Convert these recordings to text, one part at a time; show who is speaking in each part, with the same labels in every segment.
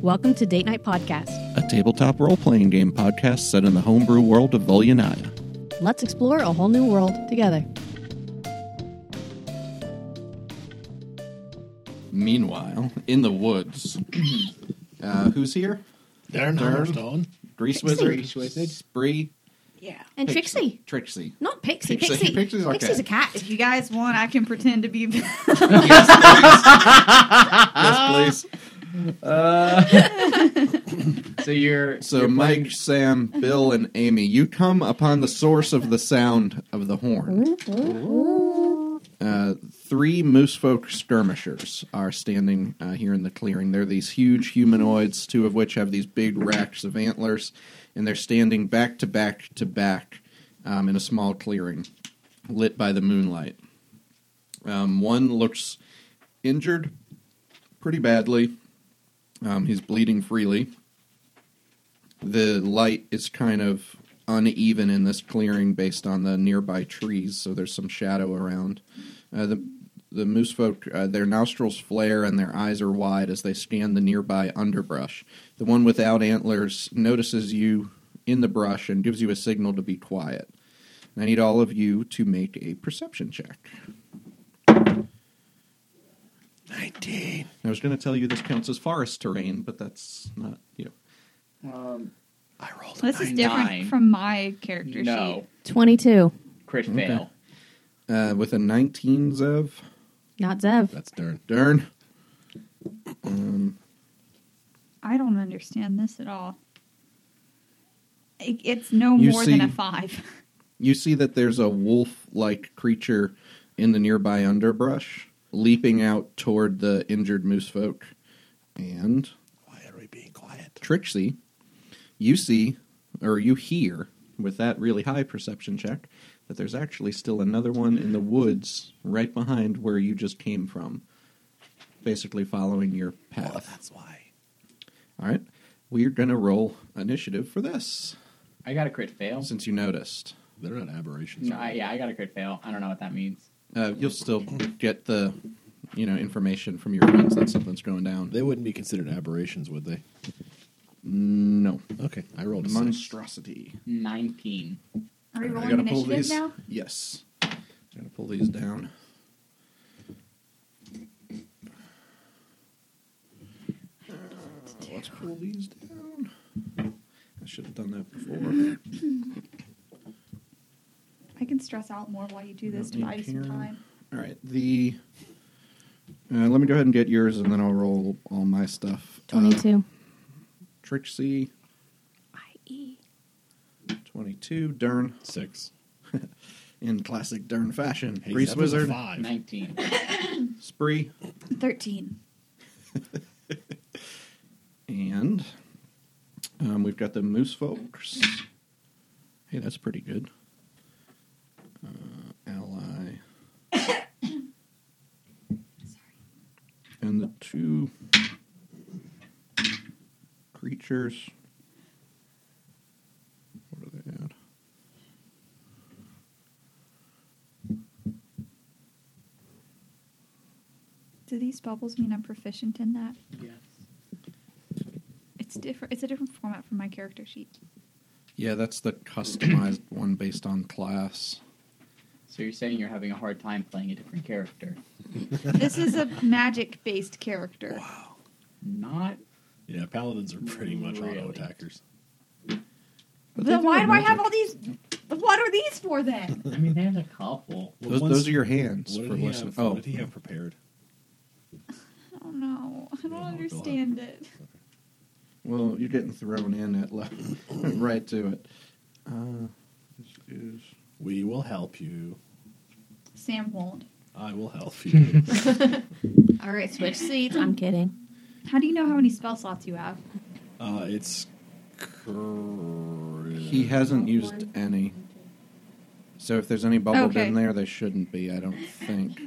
Speaker 1: Welcome to Date Night Podcast.
Speaker 2: a tabletop role playing game podcast set in the homebrew world of Volianaya.
Speaker 1: Let's explore a whole new world together.
Speaker 2: Meanwhile, in the woods, uh, who's here?
Speaker 3: Darn Hearthstone.
Speaker 2: Grease Wizard,
Speaker 3: Grease Wizard.
Speaker 2: Spree,
Speaker 4: Yeah.
Speaker 1: And
Speaker 2: Pixie.
Speaker 1: Trixie.
Speaker 2: Trixie.
Speaker 1: Not Pixie.
Speaker 2: Pixie.
Speaker 1: Pixie.
Speaker 2: Pixie's okay.
Speaker 1: Pixie's a cat.
Speaker 4: If you guys want, I can pretend to be.
Speaker 1: Ah.
Speaker 2: Yes, please.
Speaker 3: So you're
Speaker 2: So,
Speaker 3: you're playing-
Speaker 2: Mike, Sam, Bill, and Amy, you come upon the source of the sound of the horn. Uh, three moose folk skirmishers are standing uh, here in the clearing. They're these huge humanoids, two of which have these big racks of antlers, and they're standing back to back to back um, in a small clearing lit by the moonlight. Um, one looks injured pretty badly, um, he's bleeding freely the light is kind of uneven in this clearing based on the nearby trees, so there's some shadow around. Uh, the the moose folk, uh, their nostrils flare and their eyes are wide as they scan the nearby underbrush. The one without antlers notices you in the brush and gives you a signal to be quiet. I need all of you to make a perception check.
Speaker 3: 19.
Speaker 2: I was going to tell you this counts as forest terrain, but that's not you. Know,
Speaker 3: I rolled a
Speaker 4: this is
Speaker 3: 9.
Speaker 4: different from my character
Speaker 3: No.
Speaker 1: 22.
Speaker 3: Crit fail.
Speaker 2: uh, with a 19 Zev.
Speaker 1: Not Zev.
Speaker 2: That's Dern. Dern.
Speaker 4: sheet. I don't understand this at all. It, it's no
Speaker 2: You
Speaker 4: more than a
Speaker 2: see-
Speaker 4: five.
Speaker 2: You see that there's a wolf like creature in the nearby underbrush leaping out toward the injured moose folk. And
Speaker 3: Why are we being quiet?
Speaker 2: Trixie, you see, or you hear, with that really high perception check, that there's actually still another one in the woods right behind where you just came from, basically following your path.
Speaker 3: Oh, that's why.
Speaker 2: All right, we're going to roll initiative for this,
Speaker 5: I got a crit fail.
Speaker 2: since you noticed.
Speaker 6: They're not aberrations.
Speaker 5: No, I, yeah, I got a crit fail. I don't know what that means.
Speaker 2: Uh, you'll still get the, you know, information from your friends that something's going down.
Speaker 6: They wouldn't be considered aberrations, would they?
Speaker 2: No.
Speaker 6: Okay, I rolled a six.
Speaker 2: Monstrosity.
Speaker 5: 19.
Speaker 4: Are we
Speaker 2: I
Speaker 4: rolling
Speaker 2: gotta pull
Speaker 4: initiative
Speaker 2: these.
Speaker 4: now?
Speaker 2: Yes. I'm gonna pull these down. Uh, let's pull these down. I should have done that before.
Speaker 4: I can stress out more while you do this to
Speaker 2: Don't
Speaker 4: buy you
Speaker 2: need
Speaker 4: some
Speaker 2: Karen.
Speaker 4: time.
Speaker 2: All right. The uh, let me go ahead and get yours, and then I'll roll all my stuff. Uh,
Speaker 1: 22.
Speaker 2: Trixie,
Speaker 1: I.E.
Speaker 2: twenty-two. Dern,
Speaker 6: Six.
Speaker 2: in classic Dern fashion.
Speaker 6: Hey,
Speaker 2: Grease
Speaker 6: seven to
Speaker 2: Wizard,
Speaker 6: Five.
Speaker 5: 19.
Speaker 2: Spree,
Speaker 4: 13.
Speaker 2: and um, we've got the Moose Folks. Hey, that's pretty good. Uh, ally. and the two creatures. What are they at?
Speaker 4: Do these bubbles mean I'm proficient in that?
Speaker 5: Yes.
Speaker 4: It's different. It's a different format from my character sheet.
Speaker 2: Yeah, that's the customized one based on class.
Speaker 5: So you're saying you're having a hard time playing a different character?
Speaker 4: this is a magic based character.
Speaker 5: Not.
Speaker 6: Yeah, paladins are pretty much auto
Speaker 5: Really?
Speaker 6: attackers.
Speaker 2: But they
Speaker 4: then why
Speaker 2: have
Speaker 4: do I have
Speaker 2: magic.
Speaker 4: all these? What are these for then?
Speaker 5: I mean, there's a couple.
Speaker 6: Well,
Speaker 2: Those,
Speaker 6: one's-
Speaker 2: those are your hands
Speaker 6: What
Speaker 2: for
Speaker 6: did, he
Speaker 2: listening.
Speaker 6: have,
Speaker 2: Oh,
Speaker 6: what did he have prepared?
Speaker 4: I don't know. I don't
Speaker 6: Yeah, I'll go
Speaker 4: understand it.
Speaker 2: Well, you're getting thrown in at left, right to it. Uh, this is
Speaker 6: We will help you.
Speaker 4: Sam won't.
Speaker 6: I will help you.
Speaker 1: All right, switch seats. I'm kidding.
Speaker 4: How do you know how many spell slots you have?
Speaker 6: uh, it's. Cur-
Speaker 2: he hasn't used any. So if there's any bubbled
Speaker 4: Okay.
Speaker 2: in there, they shouldn't be. I don't think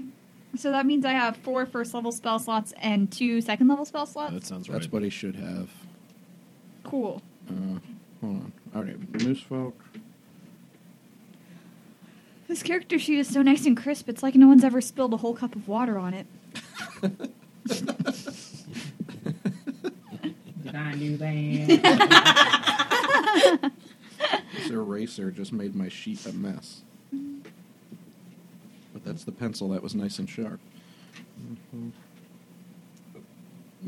Speaker 4: So that means I have four first level spell slots and two second level spell slots.
Speaker 6: That sounds right.
Speaker 2: that's what he should have. Uh,
Speaker 4: cool.
Speaker 2: Hold on. All right, moose folk.
Speaker 4: This character sheet is so nice and crisp. It's like no one's ever spilled a whole cup of water on it.
Speaker 5: I knew that.
Speaker 2: This eraser just made my sheet a mess. But that's the pencil that was nice and sharp. Mhm.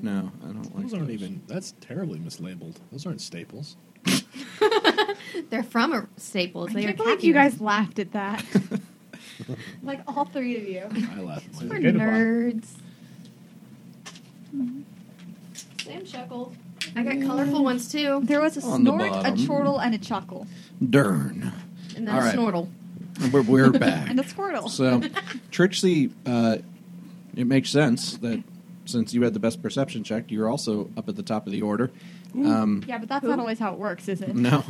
Speaker 2: No, I don't like
Speaker 7: Those aren't
Speaker 2: those.
Speaker 7: even. That's terribly mislabeled. Those aren't staples.
Speaker 1: They're from a Staples.
Speaker 8: I
Speaker 1: They are
Speaker 8: can't believe
Speaker 1: khaki
Speaker 8: you guys
Speaker 1: ones.
Speaker 8: laughed at that. like all three of you.
Speaker 7: I laugh at
Speaker 1: We're
Speaker 7: my.
Speaker 6: good one.
Speaker 1: nerds. Sam chuckled. I got colorful ones too,
Speaker 8: There was a
Speaker 2: On the
Speaker 8: snort, a
Speaker 2: bottom.
Speaker 8: chortle, and a chuckle,
Speaker 2: Dern.
Speaker 1: and then
Speaker 2: All
Speaker 1: a
Speaker 2: right.
Speaker 1: snortle.
Speaker 2: We're, we're
Speaker 8: and a
Speaker 2: back.
Speaker 8: squirtle.
Speaker 2: So, Trixie, uh, it makes sense that since you had the best perception check, you're also up at the top of the order. Um,
Speaker 8: yeah, but that's not always how it works, is it?
Speaker 2: No.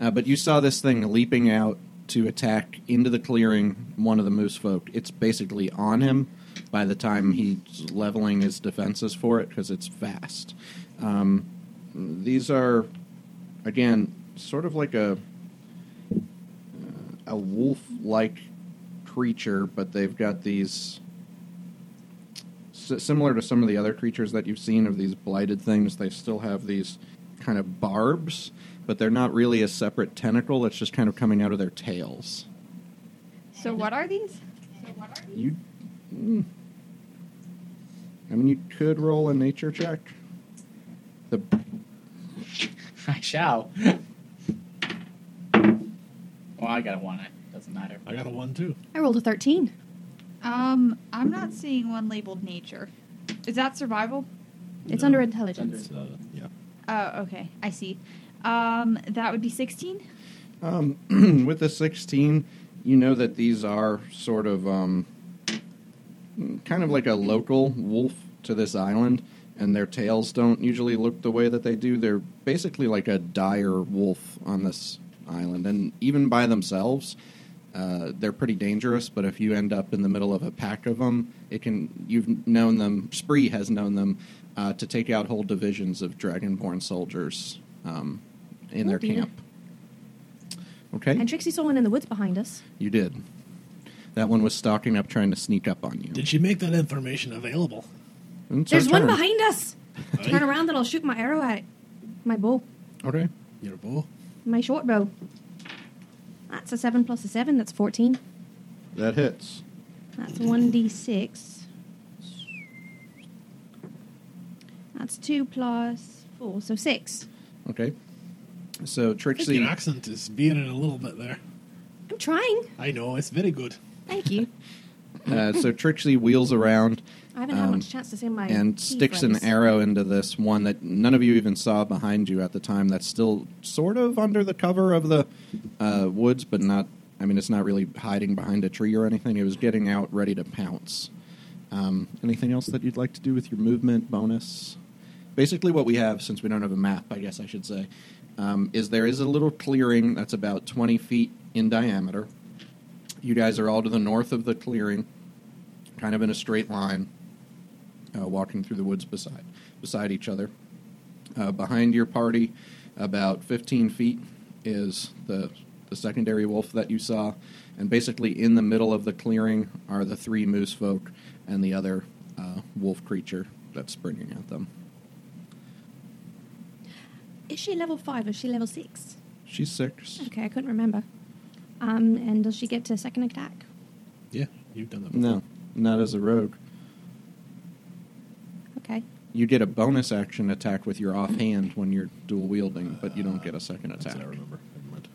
Speaker 2: Uh, but you saw this thing leaping out to attack into the clearing one of the moose folk. It's basically on him by the time he's leveling his defenses for it because it's fast. Um, these are, again, sort of like a uh, a wolf like creature, but they've got these. S- similar to some of the other creatures that you've seen of these blighted things, they still have these kind of barbs, but they're not really a separate tentacle. It's just kind of coming out of their tails.
Speaker 8: So what are these?
Speaker 2: You. mm. I mean, you could roll a nature check. The
Speaker 5: I shall. Well, I got a one. It doesn't matter.
Speaker 7: I got a one too.
Speaker 1: I rolled a thirteen.
Speaker 8: Um, I'm not seeing one labeled nature. Is that survival?
Speaker 1: It's
Speaker 7: No.
Speaker 1: under intelligence.
Speaker 7: It's, uh, yeah.
Speaker 8: Oh, okay, I see. Um, that would be 16.
Speaker 2: Um, with the 16, you know that these are sort of um, kind of like a local wolf to this island, and their tails don't usually look the way that they do. They're basically like a dire wolf on this island, and even by themselves. Uh, they're pretty dangerous, but if you end up in the middle of a pack of them, it can. You've known them. Spree has known them uh, to take out whole divisions of dragonborn soldiers um, in
Speaker 1: Oh,
Speaker 2: their
Speaker 1: dear.
Speaker 2: camp. Okay.
Speaker 1: And Trixie saw one in the woods behind us.
Speaker 2: You did. That one was stalking up, trying to sneak up on you.
Speaker 6: Did she make that information available?
Speaker 2: And it's
Speaker 1: There's
Speaker 2: her
Speaker 1: one
Speaker 2: turn.
Speaker 1: behind us.
Speaker 6: Hey.
Speaker 1: Turn around and I'll shoot my arrow at it. My bow.
Speaker 2: Okay.
Speaker 6: Your bow?
Speaker 1: My short bow. That's a 7 plus a 7. That's 14.
Speaker 2: That hits.
Speaker 1: That's 1d6. That's 2 plus 4. So 6.
Speaker 2: Okay. So
Speaker 6: I think
Speaker 2: Trixie,
Speaker 6: your accent is veering a little bit there.
Speaker 1: I'm trying.
Speaker 6: I know, it's very good.
Speaker 1: Thank you.
Speaker 2: uh, so Trixie wheels around
Speaker 1: I haven't had
Speaker 2: Um,
Speaker 1: much chance to say my.
Speaker 2: and
Speaker 1: key
Speaker 2: sticks an
Speaker 1: phrase.
Speaker 2: arrow into this one that none of you even saw behind you at the time. That's still sort of under the cover of the uh, woods, but not. I mean, it's not really hiding behind a tree or anything. It was getting out, ready to pounce. Um, anything else that you'd like to do with your movement bonus? Basically, what we have, since we don't have a map, I guess I should say, um, is there is a little clearing that's about 20 feet in diameter. You guys are all to the north of the clearing, kind of in a straight line uh, walking through the woods beside beside each other. Uh, behind your party, about 15 feet, is the the secondary wolf that you saw, and basically in the middle of the clearing are the three moose folk and the other uh, wolf creature that's springing at them.
Speaker 1: Is she level 5 or is she level 6?
Speaker 2: She's six.
Speaker 1: Okay, I couldn't remember. Um, and does she get to second attack?
Speaker 7: Yeah, you've done that. Before.
Speaker 2: No, not as a rogue.
Speaker 1: Okay.
Speaker 2: You get a bonus action attack with your offhand when you're dual wielding, but you don't get a second
Speaker 7: Uh, That's
Speaker 2: attack.
Speaker 7: I remember. Never mind.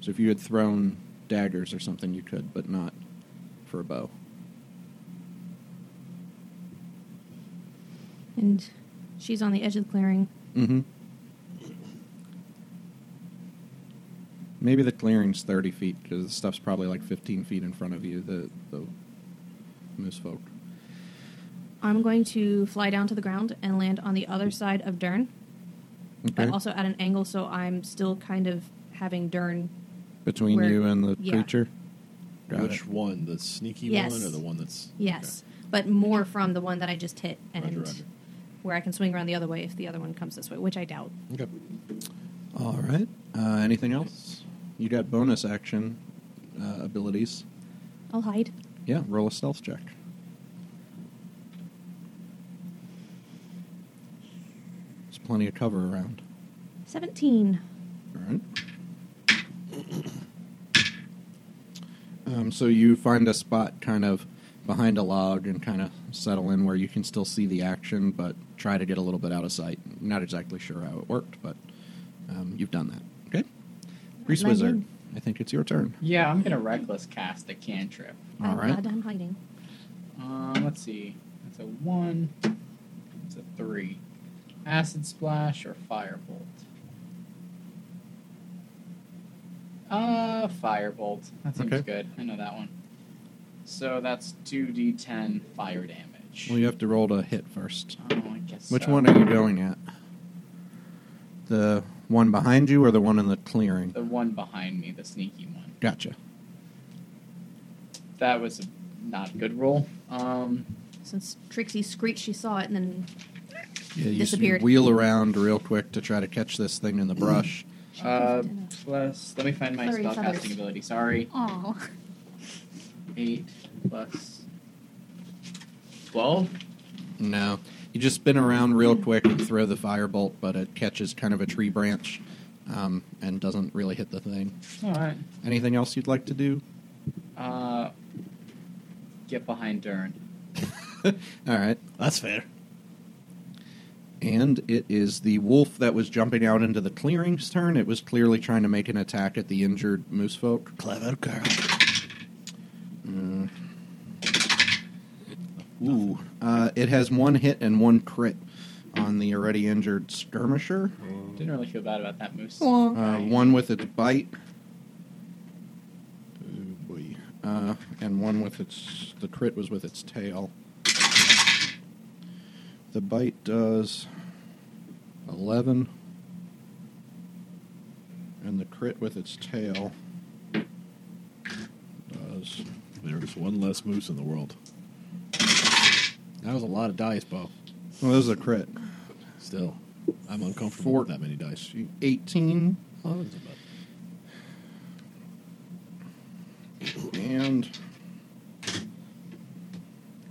Speaker 2: So if you had thrown daggers or something, you could, but not for a bow.
Speaker 1: And she's on the edge of the clearing.
Speaker 2: Mm-hmm. Maybe the clearing's thirty feet because the stuff's probably like fifteen feet in front of you. The the moose folk.
Speaker 1: I'm going to fly down to the ground and land on the other side of Dern, but also at an angle, so I'm still kind of having Dern.
Speaker 2: Between
Speaker 1: where-
Speaker 2: you and the
Speaker 1: yeah.
Speaker 2: creature. Got
Speaker 7: Which
Speaker 2: it.
Speaker 7: one? The sneaky
Speaker 1: Yes.
Speaker 7: one or the one that's
Speaker 1: Yes, but more from the one that I just hit and
Speaker 7: Roger, roger.
Speaker 1: where I can swing around the other way if the other one comes this way, which I doubt.
Speaker 7: Okay. okay.
Speaker 2: All right. Uh, anything else? You got bonus action uh, abilities.
Speaker 1: I'll hide.
Speaker 2: Yeah. Roll a stealth check. It's plenty of cover around.
Speaker 1: 17.
Speaker 2: All right. Um, so you find a spot kind of behind a log and kind of settle in where you can still see the action, but try to get a little bit out of sight. Not exactly sure how it worked, but um, you've done that. Okay. Grease
Speaker 1: Lightning.
Speaker 2: Wizard, I think it's your turn.
Speaker 5: Yeah, I'm gonna reckless cast a cantrip.
Speaker 2: All
Speaker 1: I'm
Speaker 2: right.
Speaker 1: glad I'm hiding.
Speaker 5: Um, let's see. It's a one. It's a three. Acid splash or firebolt. Uh, firebolt. That seems
Speaker 2: Okay.
Speaker 5: good. I know that one. So that's two d10 fire damage.
Speaker 2: Well, you have to roll to hit first.
Speaker 5: Oh, I guess
Speaker 2: Which
Speaker 5: so.
Speaker 2: one are you going at? The one behind you or the one in the clearing?
Speaker 5: The one behind me, the sneaky one.
Speaker 2: Gotcha.
Speaker 5: That was a not good roll. Um,
Speaker 1: Since Trixie screeched, she saw it and then
Speaker 2: Yeah, you s-
Speaker 1: Disappeared.
Speaker 2: wheel around real quick to try to catch this thing in the brush.
Speaker 1: she
Speaker 5: uh,
Speaker 1: wasn't in it.
Speaker 5: plus, let me find my
Speaker 1: Flurry of
Speaker 5: spellcasting
Speaker 1: feathers.
Speaker 5: ability. Sorry.
Speaker 8: Oh,
Speaker 5: 8 plus 12.
Speaker 2: No. You just spin around real quick and throw the firebolt, but it catches kind of a tree branch um, and doesn't really hit the thing.
Speaker 5: Alright.
Speaker 2: Anything else you'd like to do?
Speaker 5: Uh, get behind Dern.
Speaker 2: All right.
Speaker 6: That's fair.
Speaker 2: And it is the wolf that was jumping out into the clearing's turn. It was clearly trying to make an attack at the injured moose folk.
Speaker 6: Clever girl.
Speaker 2: Mm. Ooh. Uh, it has one hit and one crit on the already injured skirmisher.
Speaker 5: Didn't really feel bad about that moose.
Speaker 6: Oh.
Speaker 2: Uh, one with its bite,
Speaker 7: Oh, boy.
Speaker 2: uh, and one with its. The crit was with its tail. The bite does 11, and the crit with its tail does.
Speaker 7: There's one less moose in the world. That was a lot of dice, Bo.
Speaker 2: Well, this is a crit.
Speaker 7: Still, I'm uncomfortable
Speaker 2: Four-
Speaker 7: with that many dice.
Speaker 2: 18
Speaker 7: Oh, that was about-
Speaker 2: and.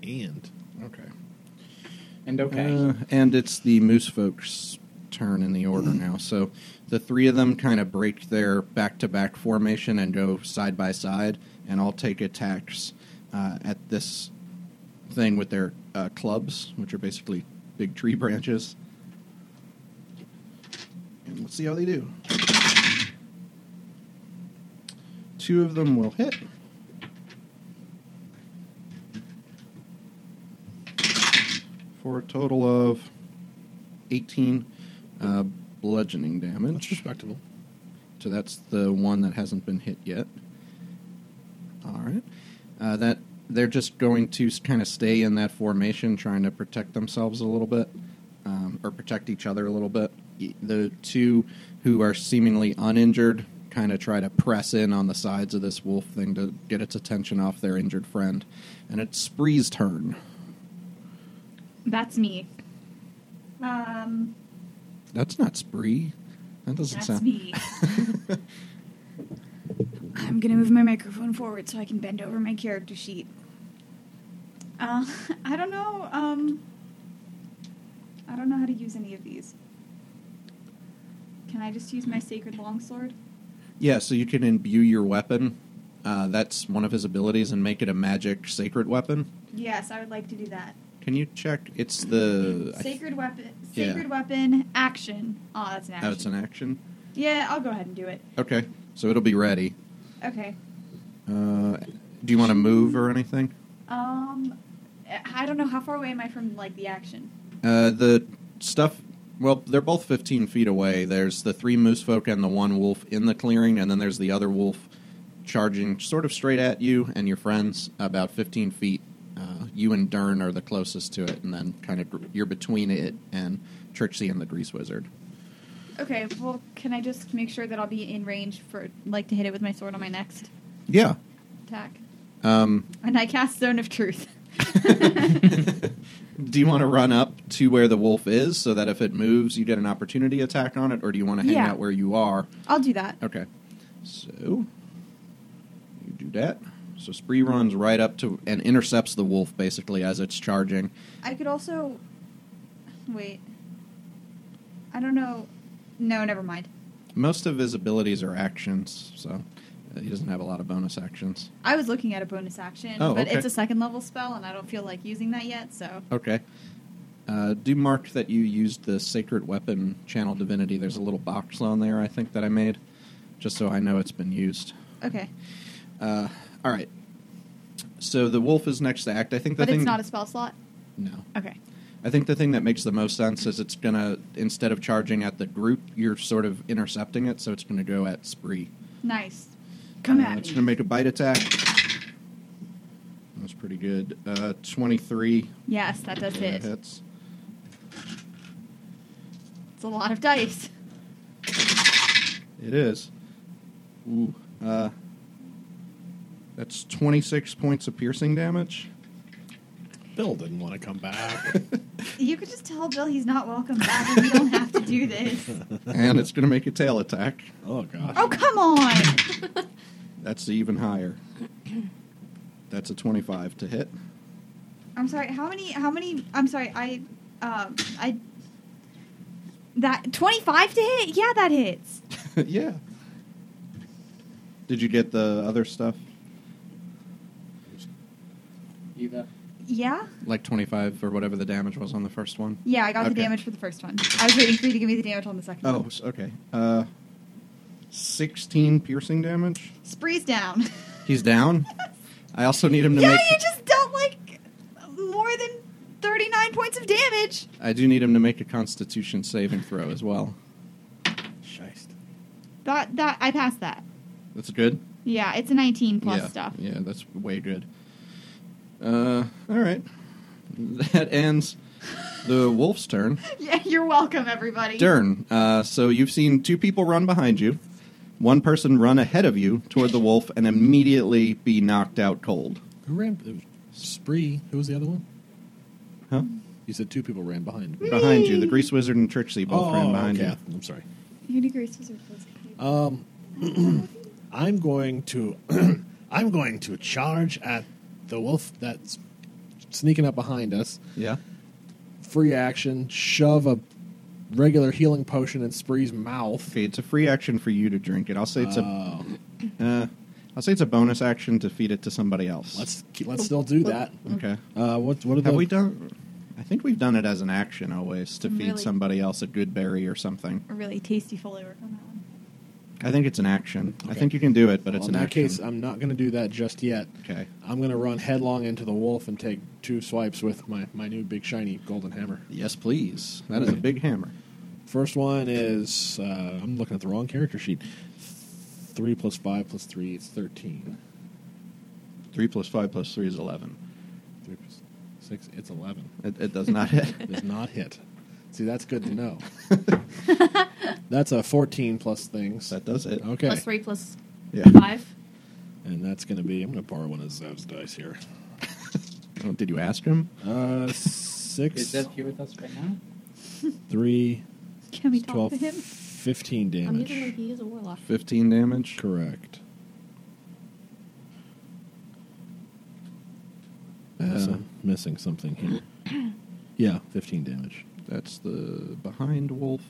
Speaker 7: And
Speaker 2: Okay.
Speaker 5: And okay.
Speaker 2: Uh, and it's the moose folks' turn in the order now. So the three of them kind of break their back to back formation and go side by side, and all take attacks uh, at this thing with their uh, clubs, which are basically big tree branches. And let's see how they do. Two of them will hit. For a total of 18 uh, bludgeoning
Speaker 7: that's
Speaker 2: damage.
Speaker 7: respectable.
Speaker 2: So that's the one that hasn't been hit yet. All right. Uh, that they're just going to kind of stay in that formation, trying to protect themselves a little bit, um, or protect each other a little bit. Y- The two who are seemingly uninjured kind of try to press in on the sides of this wolf thing to get its attention off their injured friend, and it's Spree's turn.
Speaker 8: that's me. Um,
Speaker 2: That's not Spree. That doesn't
Speaker 8: that's
Speaker 2: sound.
Speaker 8: me. I'm gonna move my microphone forward so I can bend over my character sheet. Uh, I don't know. Um, I don't know how to use any of these. Can I just use my sacred longsword?
Speaker 2: Yeah, so you can imbue your weapon. Uh, that's one of his abilities, and make it a magic sacred weapon.
Speaker 8: Yes, I would like to do that.
Speaker 2: Can you check? It's the I th-
Speaker 8: Sacred weapon.
Speaker 2: Yeah.
Speaker 8: Sacred weapon action. Oh, that's an action.
Speaker 2: Oh, it's an action.
Speaker 8: yeah, I'll go ahead and do it.
Speaker 2: Okay, so it'll be ready.
Speaker 8: Okay.
Speaker 2: Uh, do you want to move or anything?
Speaker 8: Um, I don't know how far away am I from like the action.
Speaker 2: Uh, the stuff. Well, they're both 15 feet away. There's the three moose folk and the one wolf in the clearing, and then there's the other wolf charging sort of straight at you and your friends about 15 feet. Uh, you and Dern are the closest to it, and then kind of gr- you're between it and Trixie and the Grease Wizard.
Speaker 8: Okay. Well, can I just make sure that I'll be in range for like to hit it with my sword on my next
Speaker 2: Yeah.
Speaker 8: attack?
Speaker 2: Um,
Speaker 8: And I cast Zone of Truth.
Speaker 2: do you want to run up to where the wolf is so that if it moves, you get an opportunity attack on it, or do you want to hang
Speaker 8: Yeah.
Speaker 2: out where you are?
Speaker 8: I'll do that.
Speaker 2: Okay. So you do that. So Spree runs right up to and intercepts the wolf basically as it's charging.
Speaker 8: I could also wait. I don't know. No, never mind.
Speaker 2: Most of his abilities are actions, so uh, he doesn't have a lot of bonus actions.
Speaker 8: I was looking at a bonus action,
Speaker 2: Oh,
Speaker 8: but
Speaker 2: okay.
Speaker 8: it's a second level spell, and I don't feel like using that yet. So
Speaker 2: Okay. Uh, do mark that you used the sacred weapon channel divinity. There's a little box on there, I think, that I made, just so I know it's been used.
Speaker 8: okay,
Speaker 2: Uh, all right. So the wolf is next to act. I think the
Speaker 8: but
Speaker 2: thing.
Speaker 8: it's not a spell slot.
Speaker 2: no.
Speaker 8: Okay,
Speaker 2: I think the thing that makes the most sense is it's gonna instead of charging at the group, you're sort of intercepting it, so it's gonna go at spree.
Speaker 8: nice. Come
Speaker 2: Uh,
Speaker 8: at
Speaker 2: It's
Speaker 8: me.
Speaker 2: gonna make a bite attack. That's pretty good. Uh, Twenty three
Speaker 8: yes, that does hit.
Speaker 2: hits.
Speaker 8: It's a lot of dice.
Speaker 2: It is. Ooh. Uh, that's twenty six points of piercing damage.
Speaker 7: Bill didn't want to come back.
Speaker 8: You could just tell Bill he's not welcome back, and we don't have to do this.
Speaker 2: and it's gonna make a tail attack.
Speaker 7: oh gosh.
Speaker 8: Oh come on!
Speaker 2: That's even higher. That's a twenty five to hit.
Speaker 8: I'm sorry. How many? How many? I'm sorry. I, um, I. That 25 to hit? Yeah, that hits.
Speaker 2: yeah. Did you get the other stuff?
Speaker 5: Eva.
Speaker 8: Yeah.
Speaker 2: Like 25 or whatever the damage was on the first one?
Speaker 8: Yeah, I got the
Speaker 2: Okay.
Speaker 8: damage for the first one. I was waiting for you to give me the damage on the second
Speaker 2: Oh,
Speaker 8: one.
Speaker 2: s- okay. Uh, 16 piercing damage.
Speaker 8: Spree's down.
Speaker 2: He's down. I also need him to
Speaker 8: yeah,
Speaker 2: make.
Speaker 8: you just dealt like more than 39 points of damage.
Speaker 2: I do need him to make a Constitution saving throw as well.
Speaker 6: Scheist.
Speaker 8: That that I passed that.
Speaker 2: That's good.
Speaker 8: Yeah, it's a 19 plus
Speaker 2: yeah.
Speaker 8: stuff.
Speaker 2: Yeah, that's way good. Uh, all right. That ends the wolf's turn.
Speaker 8: Yeah, you're welcome, everybody.
Speaker 2: Dern, uh, so you've seen two people run behind you, one person run ahead of you toward the wolf, and immediately be knocked out cold.
Speaker 7: Who ran? It was Spree. Who was the other one?
Speaker 2: Huh?
Speaker 7: You said two people ran behind me.
Speaker 2: Behind you, the Grease Wizard and Trixie both
Speaker 7: oh,
Speaker 2: ran behind
Speaker 7: okay.
Speaker 2: you.
Speaker 7: I'm sorry.
Speaker 8: Unigrace was close.
Speaker 2: Uh,
Speaker 7: Um,
Speaker 6: I'm going to I'm going to charge at the wolf that's sneaking up behind us.
Speaker 2: Yeah.
Speaker 6: Free action, shove a regular healing potion in Spree's mouth.
Speaker 2: Okay, it's a free action for you to drink it. I'll say it's
Speaker 6: Oh,
Speaker 2: a, uh, I'll say it's a bonus action to feed it to somebody else.
Speaker 6: let's keep- let's still do that.
Speaker 2: okay.
Speaker 6: Uh, what what are
Speaker 2: Have
Speaker 6: the,
Speaker 2: we done? I think we've done it as an action always to feed
Speaker 8: Really?
Speaker 2: somebody else a good berry or something.
Speaker 8: A really tasty foliowork on that one.
Speaker 2: I think it's an action. I
Speaker 6: Okay.
Speaker 2: think you can do it, but
Speaker 6: Well,
Speaker 2: it's
Speaker 6: in
Speaker 2: an
Speaker 6: that
Speaker 2: action.
Speaker 6: case, I'm not going to do that just yet.
Speaker 2: okay.
Speaker 6: I'm going to run headlong into the wolf and take two swipes with my, my new big shiny golden hammer.
Speaker 2: Yes, please. That is a big hammer.
Speaker 6: First one is uh, I'm looking at the wrong character sheet. Three plus five plus three, it's thirteen.
Speaker 2: Three plus five plus three is eleven.
Speaker 6: Three plus six, it's eleven.
Speaker 2: It, it does not hit.
Speaker 6: Does not hit. See, that's good to know. that's a fourteen plus things.
Speaker 2: that does it.
Speaker 6: okay,
Speaker 1: Plus three, plus
Speaker 2: Yeah.
Speaker 1: five.
Speaker 6: and that's going to be. I'm going to borrow one of Zev's dice here.
Speaker 2: Oh, did you ask him?
Speaker 6: Uh,
Speaker 5: Is
Speaker 6: six,
Speaker 5: Dev here with us right now?
Speaker 6: three,
Speaker 8: Can we talk
Speaker 6: twelve,
Speaker 8: to him?
Speaker 6: fifteen
Speaker 1: I'm using like
Speaker 6: damage.
Speaker 1: he is a warlock.
Speaker 2: Uh, Fifteen damage.
Speaker 6: Correct.
Speaker 2: Uh,
Speaker 6: So I'm missing something here. yeah, 15 damage.
Speaker 2: that's the behind wolf.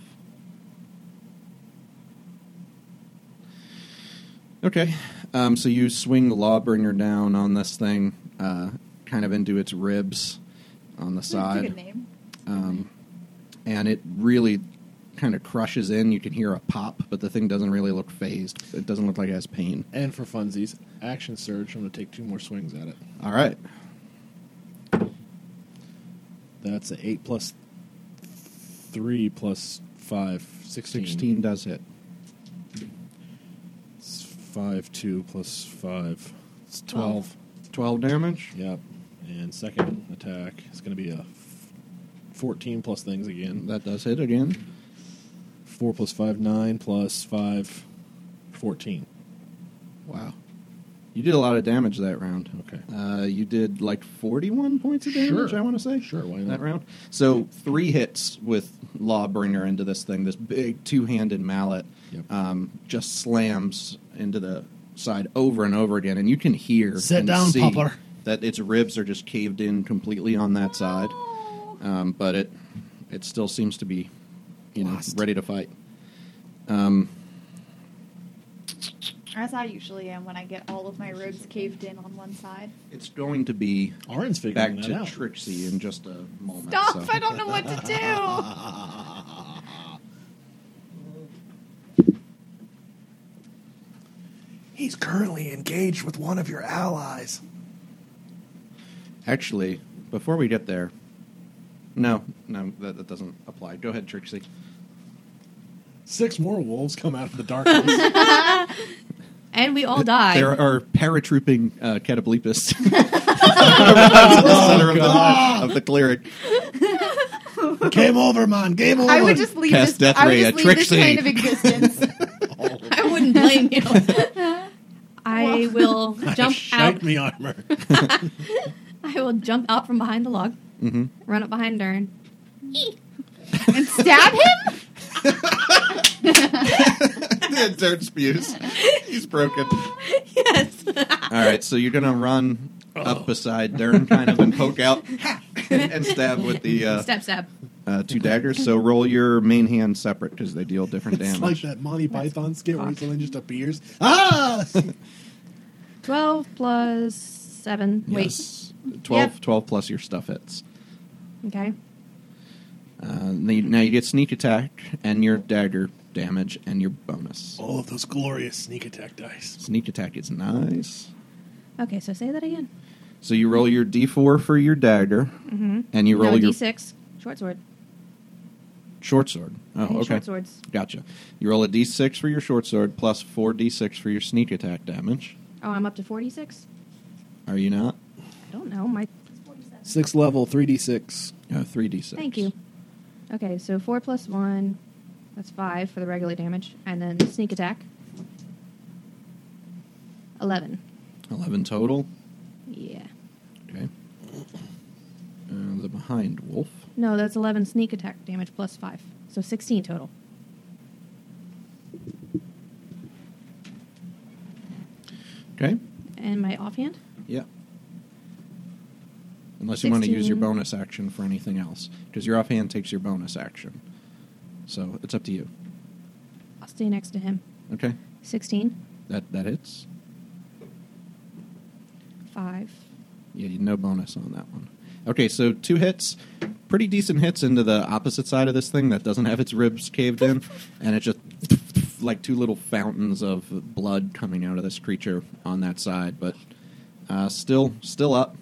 Speaker 2: Okay, um, so you swing the lawbringer down on this thing, uh, kind of into its ribs on the
Speaker 8: That's a
Speaker 2: side.
Speaker 8: good name.
Speaker 2: um, and it really kind of crushes in. You can hear a pop, but the thing doesn't really look phased. It doesn't look like it has pain.
Speaker 6: And for funsies, action surge. I'm going to take two more swings at it.
Speaker 2: All right,
Speaker 6: That's a 8 plus 3 plus 5, 16.
Speaker 2: sixteen does hit.
Speaker 6: It's 5, 2 plus 5. It's 12.
Speaker 1: Twelve.
Speaker 2: 12 damage?
Speaker 6: Yep. And second attack is going to be a f- 14 plus things again.
Speaker 2: That does hit again.
Speaker 6: 4 plus 5, 9 plus 5, 14.
Speaker 2: Wow. You did a lot of damage that round.
Speaker 6: Okay.
Speaker 2: Uh, you did like 41 points of damage,
Speaker 6: Sure.
Speaker 2: I want to say.
Speaker 6: Sure, why not?
Speaker 2: That round. So three hits with Lawbringer into this thing, this big two handed mallet,
Speaker 6: Yep.
Speaker 2: um, just slams into the side over and over again. And you can hear
Speaker 6: Sit
Speaker 2: and
Speaker 6: down,
Speaker 2: see
Speaker 6: Popper.
Speaker 2: that its ribs are just caved in completely on that side.
Speaker 8: Oh.
Speaker 2: Um, but it, it still seems to be you know,
Speaker 6: Lost.
Speaker 2: ready to fight.
Speaker 8: As I usually am when I get all of my ribs caved in on one side.
Speaker 2: It's going to be
Speaker 6: Orin's
Speaker 2: back
Speaker 6: figuring that
Speaker 2: to
Speaker 6: out.
Speaker 2: Trixie in just a moment.
Speaker 8: Stop!
Speaker 2: so-
Speaker 8: I don't know what to do.
Speaker 9: He's currently engaged with one of your allies.
Speaker 2: Actually, before we get there, no, no, that, that doesn't apply. Go ahead, Trixie.
Speaker 6: Six more wolves come out of the darkness.
Speaker 1: And we all die.
Speaker 2: There are paratrooping uh, catablepis around
Speaker 6: Oh,
Speaker 2: the center of the, of the clearing.
Speaker 6: Game over, man. Game over.
Speaker 8: I would just leave
Speaker 2: Cast
Speaker 8: this.
Speaker 2: death
Speaker 8: I would
Speaker 2: ray
Speaker 8: just
Speaker 2: at
Speaker 8: leave this
Speaker 2: Trixie.
Speaker 8: plane of existence.
Speaker 6: Oh,
Speaker 1: I wouldn't blame you. I will jump out.
Speaker 6: Shite me armor.
Speaker 1: I will jump out from behind the log,
Speaker 2: Mm-hmm.
Speaker 1: run up behind Dern,
Speaker 8: and stab him.
Speaker 2: Dirt spews. He's broken.
Speaker 1: yes.
Speaker 2: All right, so you're gonna run up beside Dern, kind of, and poke out and stab with the uh,
Speaker 1: stab, stab.
Speaker 2: uh, two daggers. So roll your main hand separate because they deal different
Speaker 6: It's
Speaker 2: damage.
Speaker 6: like that Monty Python skit where someone just appears. Ah!
Speaker 1: 12 plus 7.
Speaker 2: Yes. 12,
Speaker 1: Yep.
Speaker 2: 12 plus your stuff hits.
Speaker 1: Wait. Okay.
Speaker 2: Uh, and then you- now you get sneak attack and your dagger damage and your bonus.
Speaker 6: All of those glorious sneak attack dice.
Speaker 2: Sneak attack is nice.
Speaker 1: Okay, so say that again.
Speaker 2: So you roll your d4 for your dagger, and you roll
Speaker 1: Mm-hmm. no,
Speaker 2: your
Speaker 1: d6. Short sword.
Speaker 2: short sword.
Speaker 1: I hate
Speaker 2: Oh, okay.
Speaker 1: Short swords.
Speaker 2: Gotcha. You roll a d6 for your short sword plus 4d6 for your sneak attack damage.
Speaker 1: Oh, I'm up to 46?
Speaker 2: Are you not?
Speaker 1: I don't know. My
Speaker 7: Six level, 3d6.
Speaker 2: Uh, 3d6.
Speaker 1: Thank you. Okay, so 4 plus 1, that's 5 for the regular damage. And then sneak attack. 11.
Speaker 2: 11 total.
Speaker 1: Yeah.
Speaker 2: Okay. Uh, the behind wolf.
Speaker 1: No, that's 11 sneak attack damage plus 5. So 16 total.
Speaker 2: Okay.
Speaker 1: And my offhand?
Speaker 2: Yeah. Unless you want to use your
Speaker 1: 16.
Speaker 2: bonus action for anything else, because your offhand takes your bonus action. So it's up to you.
Speaker 1: I'll stay next to him.
Speaker 2: Okay,
Speaker 1: 16.
Speaker 2: that that hits.
Speaker 1: 5.
Speaker 2: Yeah, you- no bonus on that one. Okay, so two hits, pretty decent hits into the opposite side of this thing that doesn't have its ribs caved in, and it just like two little fountains of blood coming out of this creature on that side, but uh, still, still up.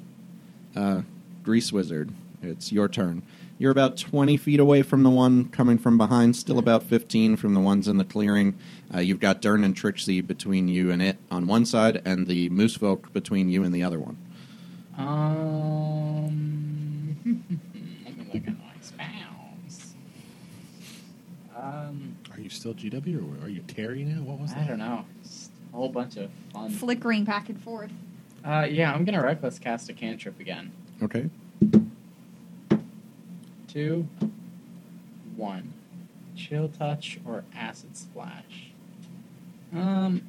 Speaker 2: Uh, Grease Wizard, it's your turn. You're about 20 feet away from the one coming from behind, still about 15 from the ones in the clearing. Uh, you've got Dern and Trixie between you and it on one side, and the Moose Folk between you and the other one.
Speaker 5: Um, let me look at my spells. Um,
Speaker 6: Are you still GW or are you Terry now? What was
Speaker 5: I
Speaker 6: that?
Speaker 5: don't know. Just a whole bunch of fun.
Speaker 8: Flickering back and forth.
Speaker 5: Uh, yeah, I'm gonna reckless cast a cantrip again.
Speaker 2: Okay.
Speaker 5: Two, one, chill touch or acid splash. Um,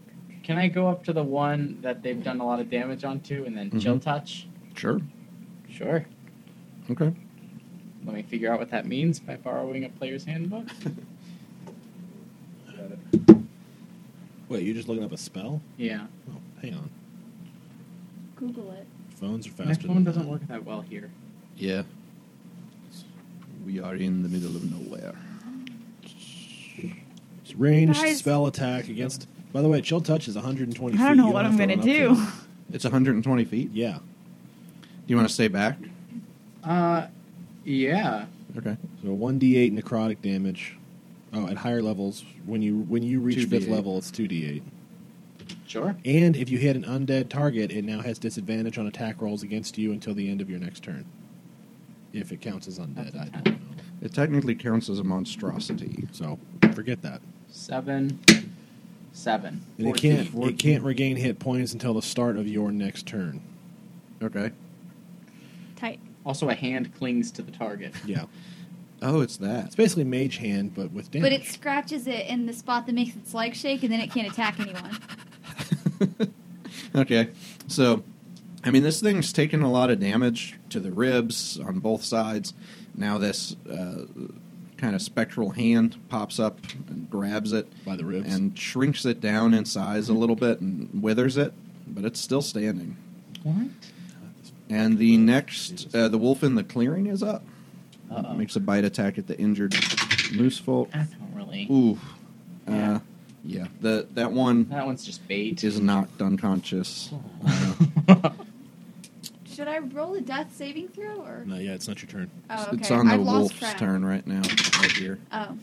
Speaker 5: can I go up to the one that they've done a lot of damage onto and then chill
Speaker 6: Mm-hmm.
Speaker 5: touch?
Speaker 2: Sure.
Speaker 5: Sure.
Speaker 2: Okay.
Speaker 5: Let me figure out what that means by borrowing a player's handbook.
Speaker 6: Wait, you're just looking up a spell?
Speaker 5: yeah,
Speaker 6: Oh, hang on.
Speaker 8: Google it.
Speaker 6: Phones are
Speaker 5: my
Speaker 6: faster.
Speaker 5: phone
Speaker 6: than
Speaker 5: doesn't work that well here.
Speaker 2: Yeah. We are in the middle of nowhere.
Speaker 6: It's ranged
Speaker 8: Guys.
Speaker 6: spell attack against. By the way, chill touch is 120 feet.
Speaker 8: I don't know what I'm
Speaker 6: have
Speaker 8: gonna
Speaker 6: run
Speaker 8: do.
Speaker 6: up to
Speaker 2: It's 120 feet.
Speaker 6: it.
Speaker 2: Do
Speaker 6: Yeah.
Speaker 2: you want to stay back?
Speaker 5: Uh, yeah.
Speaker 2: Okay.
Speaker 6: So 1d8 necrotic damage. Oh, at higher levels, when you when you reach
Speaker 2: 2d8.
Speaker 6: fifth level, it's 2d8.
Speaker 5: Sure.
Speaker 6: And if you hit an undead target, it now has disadvantage on attack rolls against you until the end of your next turn. If it counts as undead, I don't know.
Speaker 2: It technically counts as a monstrosity.
Speaker 6: So forget that.
Speaker 5: Seven. Seven.
Speaker 6: And it can't it can't regain hit points until the start of your next turn.
Speaker 2: Okay.
Speaker 8: Tight.
Speaker 5: Also, a hand clings to the target.
Speaker 6: Yeah,
Speaker 2: Oh, it's that.
Speaker 6: it's basically mage hand, but with damage.
Speaker 8: But it scratches it in the spot that makes its leg shake, and then it can't attack anyone.
Speaker 2: okay. So, I mean, this thing's taken a lot of damage to the ribs on both sides. Now, this uh, kind of spectral hand pops up and grabs it
Speaker 6: By the ribs.
Speaker 2: and shrinks it down in size a little bit and withers it, but it's still standing.
Speaker 5: What?
Speaker 2: And the next, uh, the wolf in the clearing is up.
Speaker 5: Uh-oh.
Speaker 2: Makes a bite attack at the injured moose folk.
Speaker 5: That's not really.
Speaker 2: Ooh,
Speaker 5: Yeah.
Speaker 2: uh, yeah. The that one
Speaker 5: That one's just bait. Oh.
Speaker 2: is knocked unconscious.
Speaker 4: Should I roll a death saving throw or?
Speaker 6: No, yeah, it's not your turn.
Speaker 4: Oh, okay.
Speaker 2: It's on the
Speaker 4: I've lost
Speaker 2: wolf's
Speaker 4: track.
Speaker 2: turn right now, right here.
Speaker 4: Oh,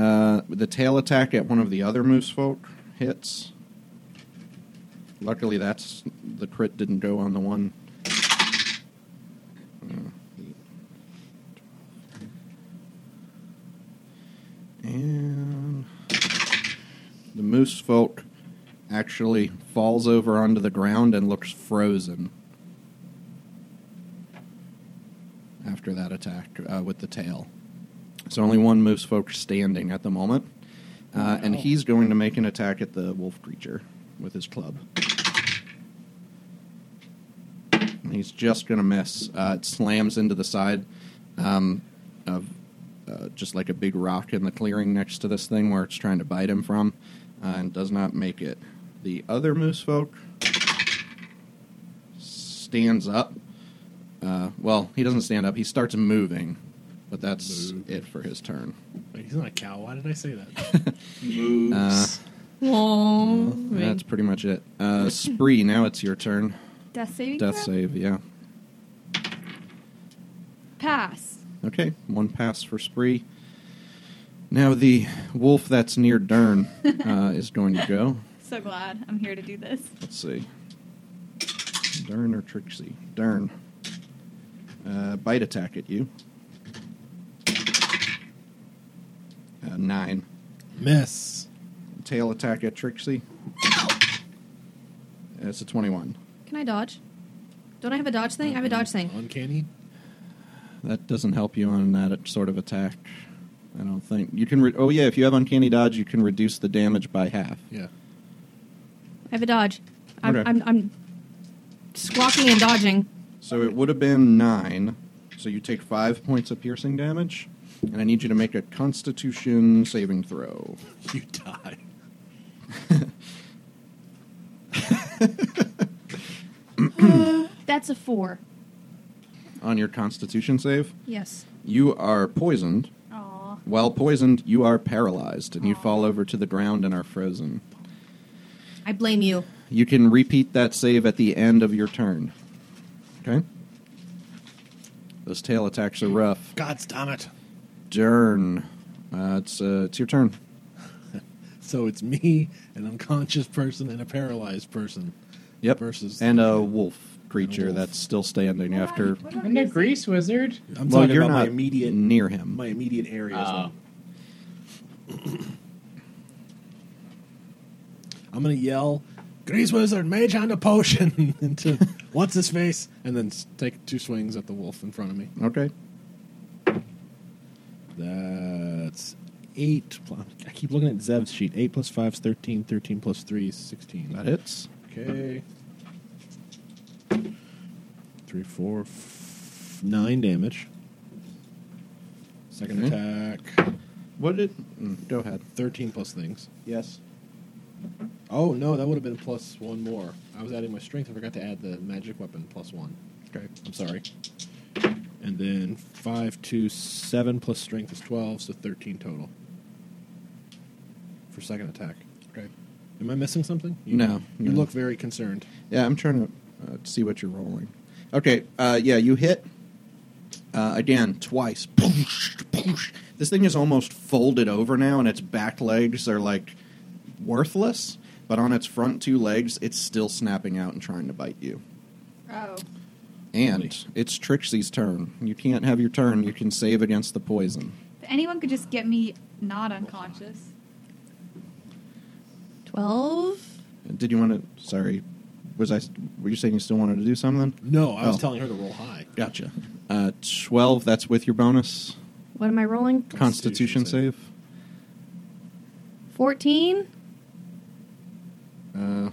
Speaker 2: Uh, the tail attack at one of the other moose folk hits. Luckily, that's the crit didn't go on the one. And the moose folk actually falls over onto the ground and looks frozen after that attack uh, with the tail. So only one moose folk standing at the moment, uh, and he's going to make an attack at the wolf creature with his club. And he's just going to miss. Uh, it slams into the side um, of uh, just like a big rock in the clearing next to this thing where it's trying to bite him from, uh, and does not make it. The other moose folk stands up. Uh, well, he doesn't stand up. He starts moving, but that's
Speaker 6: Move.
Speaker 2: it for his turn.
Speaker 6: Wait, he's not a cow. Why did I say that?
Speaker 5: Moves.
Speaker 1: Whoa.
Speaker 2: That's pretty much it. Uh, Spree, now it's your turn.
Speaker 4: death saving
Speaker 2: Death
Speaker 4: throw.
Speaker 2: save, yeah.
Speaker 4: Pass.
Speaker 2: Okay, one pass for Spree. Now the wolf that's near Dern uh, is going to go.
Speaker 4: So glad I'm here to do this.
Speaker 2: Let's see. Dern or Trixie? Dern. Uh, bite attack at you. Uh, nine.
Speaker 6: Miss.
Speaker 2: Tail attack at Trixie. That's a 21.
Speaker 1: Can I dodge? Don't I have a dodge thing? I have a dodge thing.
Speaker 6: Uncanny.
Speaker 2: That doesn't help you on that sort of attack. I don't think you can. Re- oh yeah, if you have uncanny dodge, you can reduce the damage by half.
Speaker 6: Yeah.
Speaker 1: I have a dodge. I'm,
Speaker 2: Okay.
Speaker 1: I'm, I'm squawking and dodging.
Speaker 2: So it would have been nine. So you take five points of piercing damage, and I need you to make a Constitution saving throw.
Speaker 6: You die.
Speaker 1: That's a four.
Speaker 2: On your Constitution save,
Speaker 1: Yes.
Speaker 2: you are poisoned.
Speaker 4: Aw.
Speaker 2: While poisoned, you are paralyzed, and you
Speaker 4: Aw.
Speaker 2: fall over to the ground and are frozen.
Speaker 1: I blame you.
Speaker 2: You can repeat that save at the end of your turn. Okay. Those tail attacks are rough.
Speaker 6: God damn it.
Speaker 2: Dern. Uh, it's uh, it's your turn.
Speaker 6: So it's me, an unconscious person, and a paralyzed person.
Speaker 2: Yep.
Speaker 6: Versus-
Speaker 2: and uh, a wolf creature
Speaker 6: wolf.
Speaker 2: that's still standing
Speaker 4: What
Speaker 2: after.
Speaker 4: about- what about
Speaker 5: And a
Speaker 4: this?
Speaker 5: grease wizard.
Speaker 6: I'm
Speaker 2: well,
Speaker 6: talking
Speaker 2: you're
Speaker 6: about
Speaker 2: not Ah.
Speaker 6: my immediate
Speaker 2: near him.
Speaker 6: my immediate area. as well. I'm gonna yell, "Grease wizard, mage hand a potion!" into what's his face, and then s- take two swings at the wolf in front of me.
Speaker 2: Okay.
Speaker 6: That's eight. Plus, I keep looking at Zev's sheet. Eight plus five is thirteen. Thirteen plus three is sixteen.
Speaker 2: That hits.
Speaker 6: Okay. Three, four, f- nine damage. Second attack.
Speaker 2: What did? mm, Mm-hmm. go ahead.
Speaker 6: Thirteen plus things.
Speaker 2: Yes.
Speaker 6: Oh no, that would have been plus one more. I was adding my strength. I forgot to add the magic weapon plus one.
Speaker 2: Okay.
Speaker 6: I'm sorry. And then five, two, seven plus strength is twelve, so thirteen total for second attack. Okay. Am I missing something? You,
Speaker 2: No,
Speaker 6: You
Speaker 2: no.
Speaker 6: look very concerned.
Speaker 2: Yeah, I'm trying to uh, see what you're rolling. Okay. Uh, yeah, you hit uh, again twice. Poosh, poosh. This thing is almost folded over now, and its back legs are like worthless. But on its front two legs, it's still snapping out and trying to bite you.
Speaker 4: Oh.
Speaker 2: And it's Trixie's turn. You can't have your turn. You can save against the poison.
Speaker 4: If anyone could just get me not unconscious.
Speaker 1: Twelve.
Speaker 2: Did you want to? Sorry, was I? Were you saying you still wanted to do something?
Speaker 6: No, I was
Speaker 2: Oh.
Speaker 6: telling her to roll high.
Speaker 2: Gotcha. Uh, Twelve. That's with your bonus
Speaker 1: What am I rolling?
Speaker 2: Constitution,
Speaker 6: Constitution
Speaker 2: save.
Speaker 6: save.
Speaker 1: Fourteen.
Speaker 2: Uh,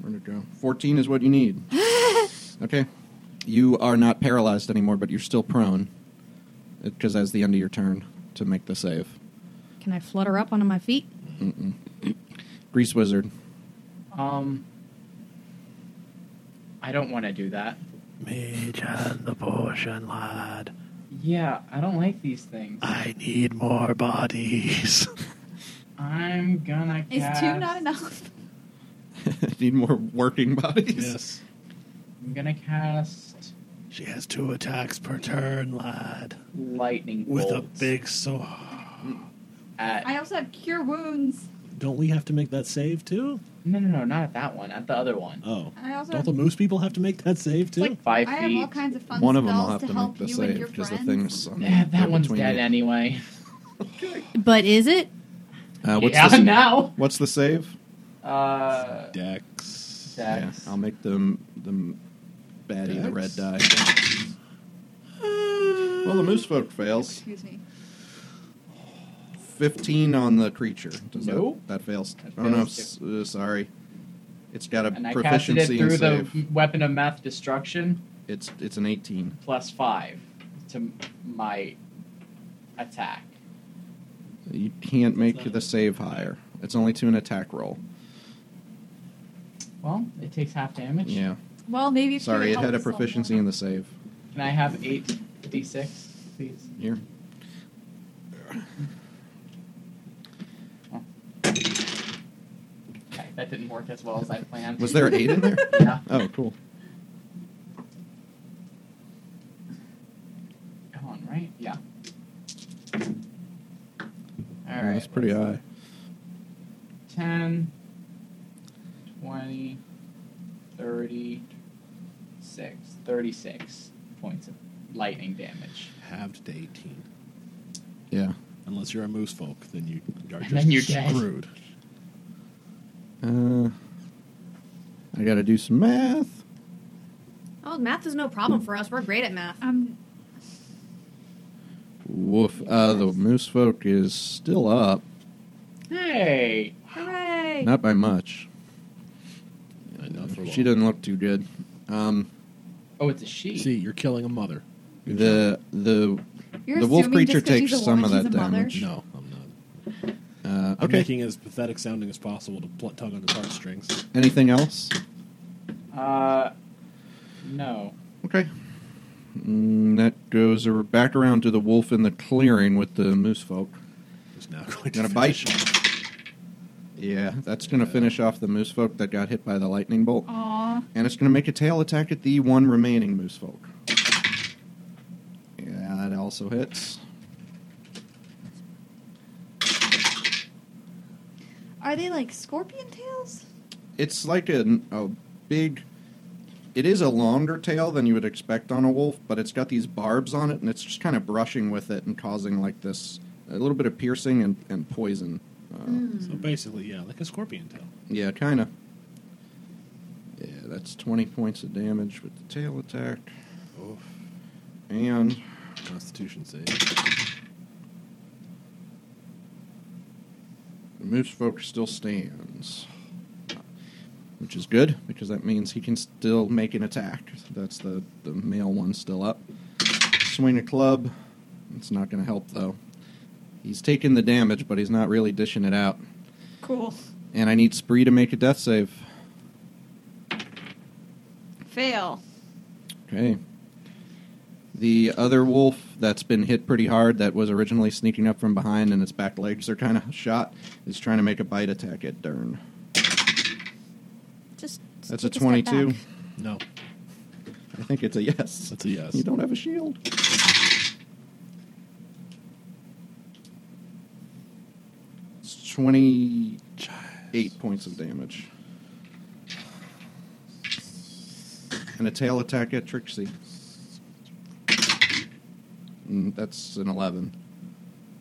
Speaker 2: where'd it go? Fourteen is what you need. okay. You are not paralyzed anymore, but you're still prone. because that's the end of your turn to make the save.
Speaker 1: Can I flutter up onto my feet?
Speaker 2: Grease Wizard.
Speaker 5: Um, I don't want to do that.
Speaker 6: Mage and the potion lad.
Speaker 5: Yeah, I don't like these things.
Speaker 6: I need more bodies.
Speaker 5: I'm gonna
Speaker 8: Is
Speaker 5: cast.
Speaker 8: two not enough?
Speaker 2: Need more working bodies.
Speaker 6: yes.
Speaker 5: I'm gonna cast
Speaker 6: She has two attacks per turn, lad.
Speaker 5: lightning
Speaker 6: With a
Speaker 5: bolts
Speaker 6: big sword.
Speaker 5: At,
Speaker 8: I also have cure wounds.
Speaker 6: Don't we have to make that save too?
Speaker 5: no, no, no, not at that one. At the other one.
Speaker 6: Oh.
Speaker 8: I also
Speaker 6: Don't
Speaker 8: have,
Speaker 6: the moose people have to make that save
Speaker 5: It's
Speaker 6: too?
Speaker 5: like five
Speaker 8: I have
Speaker 5: feet.
Speaker 8: all kinds of fun
Speaker 2: One of
Speaker 8: spells
Speaker 2: them will have to,
Speaker 8: to help
Speaker 2: make the
Speaker 8: you and your
Speaker 2: save because
Speaker 8: friends.
Speaker 2: the thing's. I mean,
Speaker 5: yeah, that
Speaker 2: they're
Speaker 5: one's
Speaker 2: Um, between
Speaker 5: dead
Speaker 2: you.
Speaker 5: anyway.
Speaker 1: But is it?
Speaker 2: Uh, what's,
Speaker 5: yeah,
Speaker 2: the, s-
Speaker 5: now.
Speaker 2: what's the save?
Speaker 5: Uh,
Speaker 6: Dex.
Speaker 5: Dex.
Speaker 2: Yeah, I'll make the the baddie the red
Speaker 6: Dex?
Speaker 2: die.
Speaker 5: uh,
Speaker 2: well, the moose folk fails.
Speaker 8: Excuse me.
Speaker 2: Fifteen on the creature. Does
Speaker 5: Nope.
Speaker 2: that, that fails.
Speaker 5: That
Speaker 2: oh no,
Speaker 5: fails
Speaker 2: s- uh, sorry. It's got a
Speaker 5: and I casted it
Speaker 2: proficiency in
Speaker 5: through the
Speaker 2: save.
Speaker 5: weapon of math destruction
Speaker 2: It's it's an eighteen.
Speaker 5: plus five to my attack.
Speaker 2: You can't make
Speaker 6: not
Speaker 2: the
Speaker 6: a-
Speaker 2: save higher. It's only to an attack roll.
Speaker 5: Well, it takes half damage.
Speaker 2: Yeah.
Speaker 8: Well, maybe it's
Speaker 2: Sorry,
Speaker 8: gonna
Speaker 2: it
Speaker 8: help
Speaker 2: had a
Speaker 8: us all
Speaker 2: proficiency
Speaker 8: more.
Speaker 2: in the save.
Speaker 5: Can I have eight d6, please?
Speaker 2: Here.
Speaker 5: Okay, that didn't work as well as I planned.
Speaker 2: Was there an eight in there?
Speaker 5: Yeah.
Speaker 2: Oh, cool.
Speaker 5: Come on, right? Yeah. All
Speaker 2: Oh,
Speaker 5: right.
Speaker 2: That's pretty high.
Speaker 5: 10, 20, 30, 6, 36 points of lightning damage.
Speaker 6: Halved to 18.
Speaker 2: Yeah.
Speaker 6: Unless you're a moose folk, then you are
Speaker 5: And
Speaker 6: just
Speaker 5: then you're dead.
Speaker 6: screwed.
Speaker 2: Uh, I got to do some math.
Speaker 1: Oh, math is no problem for us. We're great at math.
Speaker 8: Um,
Speaker 2: Woof. Uh, the moose folk is still up,
Speaker 5: Hey!
Speaker 8: hooray!
Speaker 2: not by much.
Speaker 6: Enough for
Speaker 2: She
Speaker 6: long.
Speaker 2: doesn't look too good. Um,
Speaker 5: Oh, it's a she.
Speaker 6: See, you're killing a mother. Good
Speaker 2: the the
Speaker 8: You're
Speaker 2: the wolf
Speaker 8: assuming
Speaker 2: creature
Speaker 8: just 'cause
Speaker 2: takes
Speaker 8: she's a
Speaker 2: some
Speaker 8: woman,
Speaker 2: of that
Speaker 8: she's a mother?
Speaker 2: damage.
Speaker 6: No, I'm not.
Speaker 2: Uh,
Speaker 6: I'm
Speaker 2: okay.
Speaker 6: making it as pathetic sounding as possible to pl- tug on his heartstrings.
Speaker 2: Anything else?
Speaker 5: Uh, no.
Speaker 2: Okay. Mm, that goes ar- back around to the wolf in the clearing with the moose folk.
Speaker 6: He's now going to
Speaker 2: Gonna
Speaker 6: finish
Speaker 2: bite.
Speaker 6: him.
Speaker 2: Yeah, that's going to
Speaker 6: Yeah.
Speaker 2: finish off the moose folk that got hit by the lightning bolt.
Speaker 4: Oh.
Speaker 8: Aw,
Speaker 2: And it's going to make a tail attack at the one remaining moose folk. Yeah, that also hits.
Speaker 8: are they like scorpion tails?
Speaker 2: It's like a, a big. It is a longer tail than you would expect on a wolf, but it's got these barbs on it, and it's just kind of brushing with it and causing like this a little bit of piercing and, and poison. Uh,
Speaker 6: So basically, yeah, like a scorpion tail.
Speaker 2: Yeah, kind of. Yeah, that's 20 points of damage with the tail attack.
Speaker 6: Oh,
Speaker 2: And
Speaker 6: Constitution save.
Speaker 2: the moose folk still stands. Which is good, because that means he can still make an attack. That's the, the male one still up. Swing a club. It's not going to help, though. He's taking the damage, but he's not really dishing it out.
Speaker 8: Cool.
Speaker 2: And I need Spree to make a death save.
Speaker 8: Fail.
Speaker 2: Okay. The other wolf that's been hit pretty hard, that was originally sneaking up from behind and its back legs are kind of shot, is trying to make a bite attack at Dern.
Speaker 1: Just
Speaker 2: That's a
Speaker 1: take step
Speaker 2: 22.
Speaker 1: back.
Speaker 6: No,
Speaker 2: I think it's a yes.
Speaker 6: that's a yes.
Speaker 2: You don't have a shield. It's 28 points of damage. And a tail attack at Trixie. Mm, that's an 11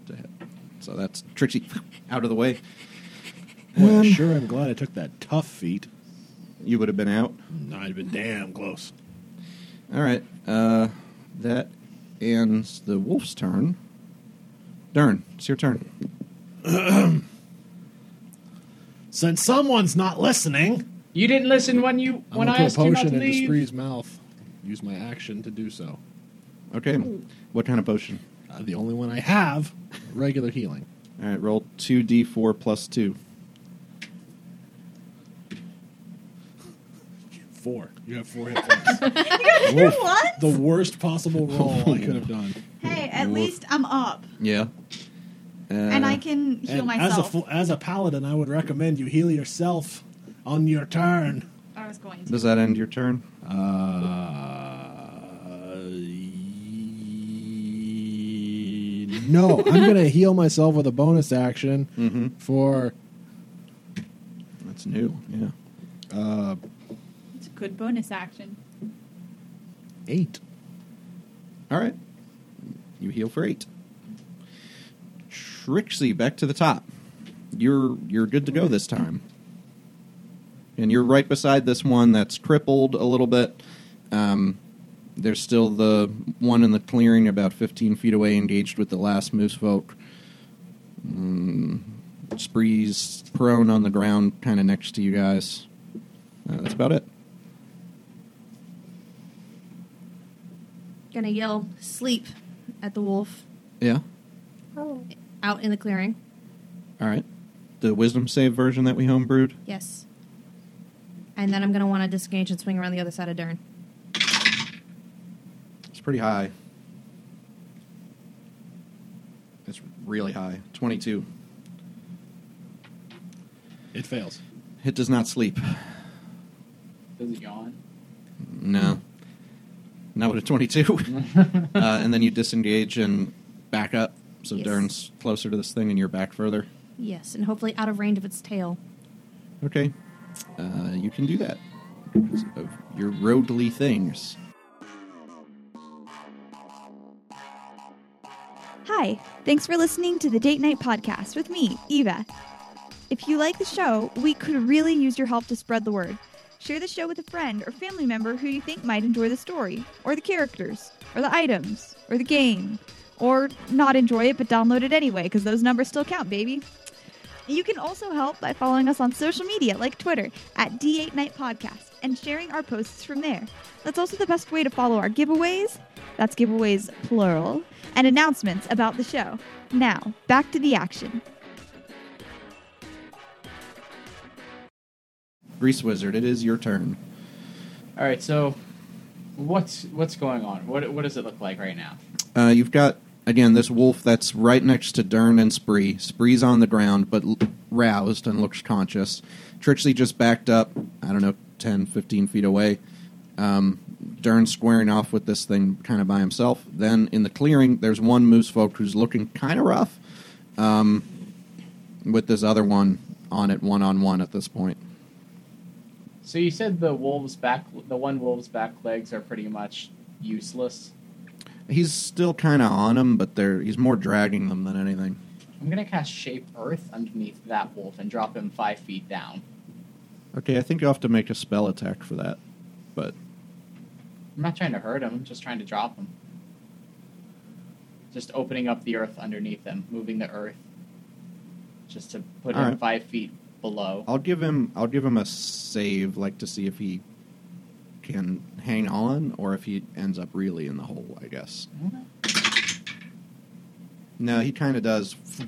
Speaker 2: to hit. So that's Trixie out of the way.
Speaker 6: Boy, I
Speaker 2: Um,
Speaker 6: sure am glad I took that tough feat.
Speaker 2: You would have been out.
Speaker 6: I'd have been damn close.
Speaker 2: All right. Uh, that ends the wolf's turn. Dern, it's your turn.
Speaker 6: Since someone's not listening,
Speaker 5: You didn't listen when you
Speaker 6: I'm
Speaker 5: when
Speaker 6: gonna
Speaker 5: I
Speaker 6: put
Speaker 5: asked
Speaker 6: a
Speaker 5: you not
Speaker 6: potion
Speaker 5: to
Speaker 6: into
Speaker 5: leave.
Speaker 6: Spree's mouth. Use my action to do so.
Speaker 2: Okay. What kind of potion?
Speaker 6: uh, the only one I have, regular healing.
Speaker 2: All right, roll 2d4 plus 2.
Speaker 6: Four. You have four hit points.
Speaker 8: Woof. What?
Speaker 6: the worst possible roll I could have done.
Speaker 8: Hey, at
Speaker 2: Woof.
Speaker 8: least I'm up.
Speaker 2: Yeah. Uh,
Speaker 8: and I can heal
Speaker 6: And as a
Speaker 8: myself.
Speaker 6: fu- as a paladin, I would recommend you heal yourself on your turn.
Speaker 8: I was going to.
Speaker 2: Does that end your turn?
Speaker 6: Uh, no, I'm going to heal myself with a bonus action
Speaker 2: Mm-hmm.
Speaker 6: for
Speaker 2: That's new. Yeah.
Speaker 6: uh,
Speaker 8: It's a good bonus action.
Speaker 6: eight.
Speaker 2: All right. You heal for eight. Trixie, back to the top. You're you're good to go this time. And you're right beside this one that's crippled a little bit. Um, there's still the one in the clearing about 15 feet away, engaged with the last moose folk. Mm, Spree's prone on the ground, kind of next to you guys. Uh, that's about it.
Speaker 1: Gonna yell sleep at the wolf
Speaker 2: Yeah.
Speaker 1: out in the clearing.
Speaker 2: All right. The wisdom save version that we homebrewed.
Speaker 1: Yes. And then I'm gonna want to disengage and swing around the other side of Dern.
Speaker 2: It's pretty high. It's really high. 22.
Speaker 6: It fails.
Speaker 2: It does not sleep.
Speaker 5: Does it yawn?
Speaker 2: No. Not with a 22. uh, and then you disengage and back up. So
Speaker 1: Yes.
Speaker 2: Dern's closer to this thing and you're back further.
Speaker 1: Yes, and hopefully out of range of its tail.
Speaker 2: Okay. Uh, you can do that. Because of your roadly things.
Speaker 10: Hi, thanks for listening to the Date Night Podcast with me, Eva. If you like the show, we could really use your help to spread the word. Share the show with a friend or family member who you think might enjoy the story, or the characters, or the items, or the game, or not enjoy it but download it anyway, because those numbers still count, baby. You can also help by following us on social media like Twitter at D8 Night Podcast and sharing our posts from there. That's also the best way to follow our giveaways, that's giveaways plural, and announcements about the show. Now, back to the action.
Speaker 2: Grease Wizard, it is your turn.
Speaker 5: All right, so what's what's going on? What what does it look like right now?
Speaker 2: Uh, you've got again this wolf that's right next to Dern and Spree. Spree's on the ground but l- roused and looks conscious. Trixie just backed up. I don't know, 10, 15 feet away. Um, Dern squaring off with this thing kind of by himself. Then in the clearing, there's one moose folk who's looking kind of rough um, with this other one on it one on one at this point.
Speaker 5: So you said the wolves back the one wolf's back legs are pretty much useless.
Speaker 2: He's still kind of on him, but they're, he's more dragging them than anything.
Speaker 5: I'm gonna cast shape earth underneath that wolf and drop him five feet down.
Speaker 2: Okay, I think you'll have to make a spell attack for that. But
Speaker 5: I'm not trying to hurt him. I'm just trying to drop him. Just opening up the earth underneath him, moving the earth, just to put him
Speaker 2: Alright.
Speaker 5: five feet below.
Speaker 2: I'll give him. I'll give him a save, like to see if he can hang on or if he ends up really in the hole. I guess. No, he kind of does f-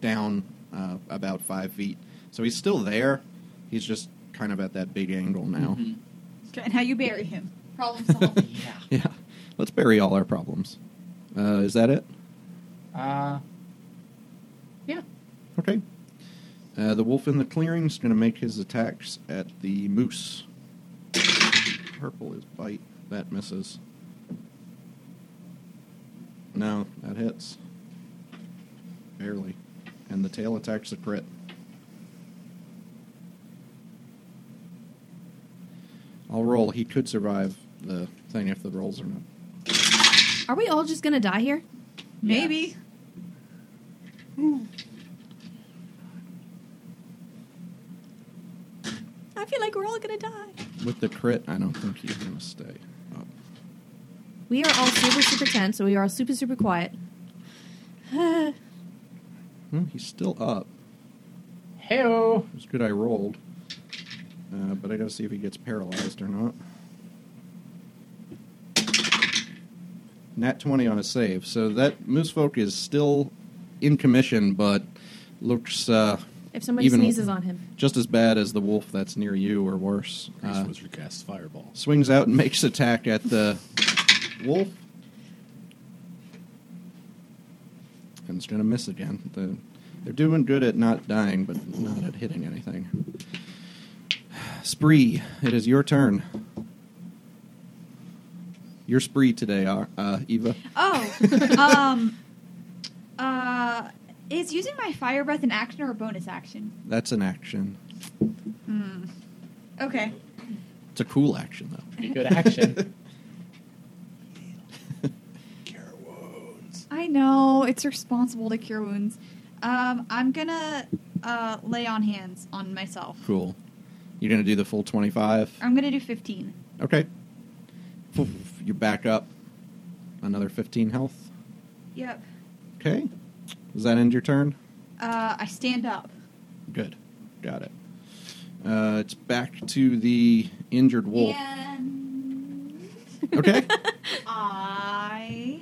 Speaker 2: down uh, about five feet, so he's still there. He's just kind of at that big angle now.
Speaker 5: Mhm.
Speaker 8: And how you bury him. Problem solved.
Speaker 5: Yeah.
Speaker 2: Yeah, let's bury all our problems. Uh, is that it?
Speaker 5: Uh, yeah.
Speaker 2: Okay. Uh, the wolf in the clearing's going to make his attacks at the moose. Purple is bite. That misses. No, that hits. Barely. And the tail attacks a crit. I'll roll. He could survive the thing if the rolls are not.
Speaker 1: Are we all just gonna die here?
Speaker 8: Maybe.
Speaker 1: I feel like we're all gonna die.
Speaker 2: With the crit, I don't think he's going to stay up.
Speaker 1: We are all super super tense, so we are all super super quiet.
Speaker 2: Hmm, he's still up.
Speaker 5: Heyo.
Speaker 2: It was good I rolled. Uh, but I gotta see if he gets paralyzed or not. Nat 20 on a save. So that moose folk is still in commission, but looks uh,
Speaker 1: If somebody
Speaker 2: Even-
Speaker 1: sneezes on him,
Speaker 2: just as bad as the wolf that's near you or worse.
Speaker 6: Grease
Speaker 2: Uh,
Speaker 6: Wizard casts Fireball.
Speaker 2: swings out and makes attack at the wolf. And it's going to miss again. The, they're doing good at not dying, but not at hitting anything. Spree, it is your turn. Your spree today, Ar- uh, Eva.
Speaker 10: Oh, um, uh, is using my fire breath an action or a bonus action?
Speaker 2: That's an action.
Speaker 10: Okay.
Speaker 2: It's a cool action, though.
Speaker 5: Pretty good action.
Speaker 9: Cure wounds.
Speaker 10: I know it's responsible to cure wounds. Um, I'm gonna uh, lay on hands on myself.
Speaker 2: Cool. You're going to do the full 25?
Speaker 10: I'm gonna do 15.
Speaker 2: Okay. Poof, You're back up. Another 15 health.
Speaker 10: Yep.
Speaker 2: Okay. Does that end your turn?
Speaker 10: Uh, I stand up.
Speaker 2: Good. Got it. Uh, it's back to the injured wolf.
Speaker 10: And
Speaker 2: Okay.
Speaker 10: I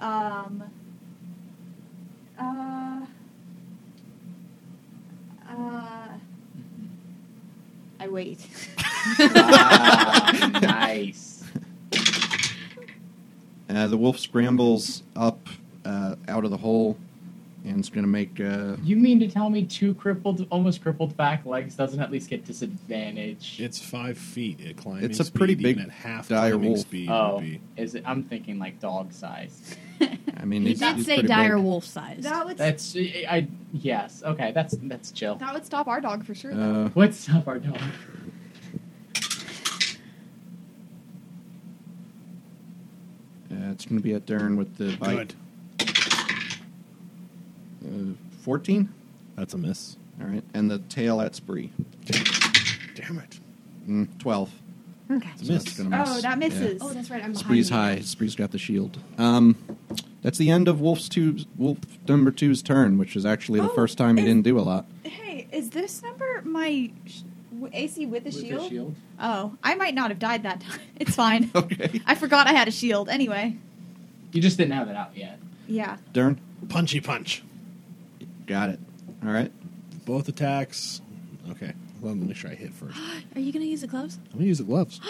Speaker 10: um uh uh I wait.
Speaker 5: Ah, nice.
Speaker 2: Uh, the wolf scrambles up uh, out of the hole and it's going to make. Uh,
Speaker 5: You mean to tell me two crippled, almost crippled back legs doesn't at least get disadvantage?
Speaker 6: It's five feet at climbing.
Speaker 2: It's a
Speaker 6: speed,
Speaker 2: pretty
Speaker 6: even
Speaker 2: big
Speaker 6: at half
Speaker 2: dire
Speaker 6: climbing
Speaker 2: wolf.
Speaker 6: speed.
Speaker 5: oh,
Speaker 6: Would be.
Speaker 5: is it? I'm thinking like dog size.
Speaker 2: I mean,
Speaker 1: he
Speaker 2: he's,
Speaker 1: did
Speaker 2: he's
Speaker 1: say
Speaker 2: pretty
Speaker 1: dire
Speaker 2: big.
Speaker 1: wolf size.
Speaker 10: That would
Speaker 5: That's I, I- yes. Okay, that's that's chill.
Speaker 10: that would stop our dog for sure. though.
Speaker 2: Uh,
Speaker 5: What's up, our dog?
Speaker 2: Uh, it's going to be at Darren with the bite.
Speaker 6: Good.
Speaker 2: Uh, 14?
Speaker 6: That's a miss.
Speaker 2: All right. And the tail at Spree.
Speaker 6: Damn it.
Speaker 2: Mm, 12.
Speaker 1: okay.
Speaker 6: It's a
Speaker 2: So
Speaker 6: miss.
Speaker 2: that's gonna miss.
Speaker 10: oh, that misses.
Speaker 1: Oh, that's right. I'm behind.
Speaker 2: Spree's
Speaker 1: you.
Speaker 2: high. Spree's got the shield. Um, that's the end of Wolf's two, Wolf number two's turn, which is actually the
Speaker 10: Oh,
Speaker 2: first time he
Speaker 10: is-
Speaker 2: didn't do a lot.
Speaker 10: Hey, is this number my sh- w- AC with a
Speaker 5: With the
Speaker 10: shield? Oh, I might not have died that time. It's fine.
Speaker 2: Okay.
Speaker 10: I forgot I had a shield anyway.
Speaker 5: You just didn't have it out yet.
Speaker 10: Yeah.
Speaker 2: Darren,
Speaker 6: Punchy punch.
Speaker 2: got it. All right.
Speaker 6: Both attacks. Okay. Well, let me make sure I hit first. I'm
Speaker 1: Are you gonna use the gloves?
Speaker 6: gonna use the gloves.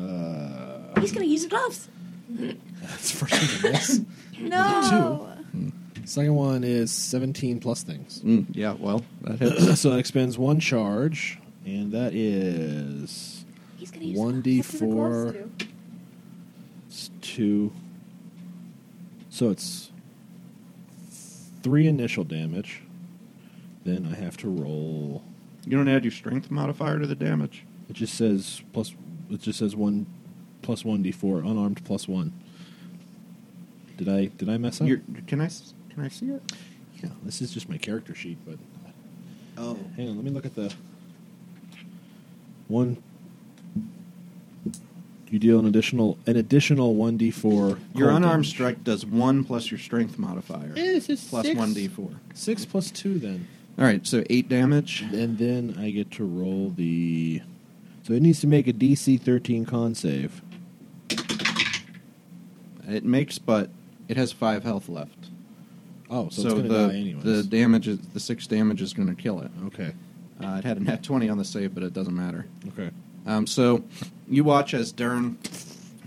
Speaker 6: uh,
Speaker 1: He's gonna use the gloves.
Speaker 6: that's first one's a miss.
Speaker 10: No.
Speaker 6: Second one is 17 plus things.
Speaker 2: Mm, yeah. Well, that hits.
Speaker 6: so that expends one charge, and that is
Speaker 1: He's gonna use the
Speaker 6: one
Speaker 1: gloves.
Speaker 6: d
Speaker 10: What do the gloves
Speaker 6: four.
Speaker 10: do?
Speaker 6: It's two. So it's three initial damage. Then I have to roll.
Speaker 2: you don't add your strength modifier to the damage.
Speaker 6: It just says plus. It just says one plus one d four unarmed plus one. Did I did I mess up?
Speaker 2: You're, can I? s- Can I see it?
Speaker 6: yeah, this is just my character sheet, but
Speaker 2: Oh.
Speaker 6: hang on. Let me look at the one. You deal an additional an additional one d four.
Speaker 2: Your unarmed strike does one plus your strength modifier plus one d four.
Speaker 6: Six plus two then.
Speaker 2: All right. So eight damage.
Speaker 6: And then I get to roll the. So it needs to make a DC 13 con save.
Speaker 2: It makes, but it has five health left.
Speaker 6: Oh, so,
Speaker 2: so
Speaker 6: it's going to
Speaker 2: the
Speaker 6: die anyways.
Speaker 2: the damage is the six damage is going to kill it.
Speaker 6: okay.
Speaker 2: Uh, it had a nat 20 on the save, but it doesn't matter.
Speaker 6: Okay.
Speaker 2: Um, so you watch as Dern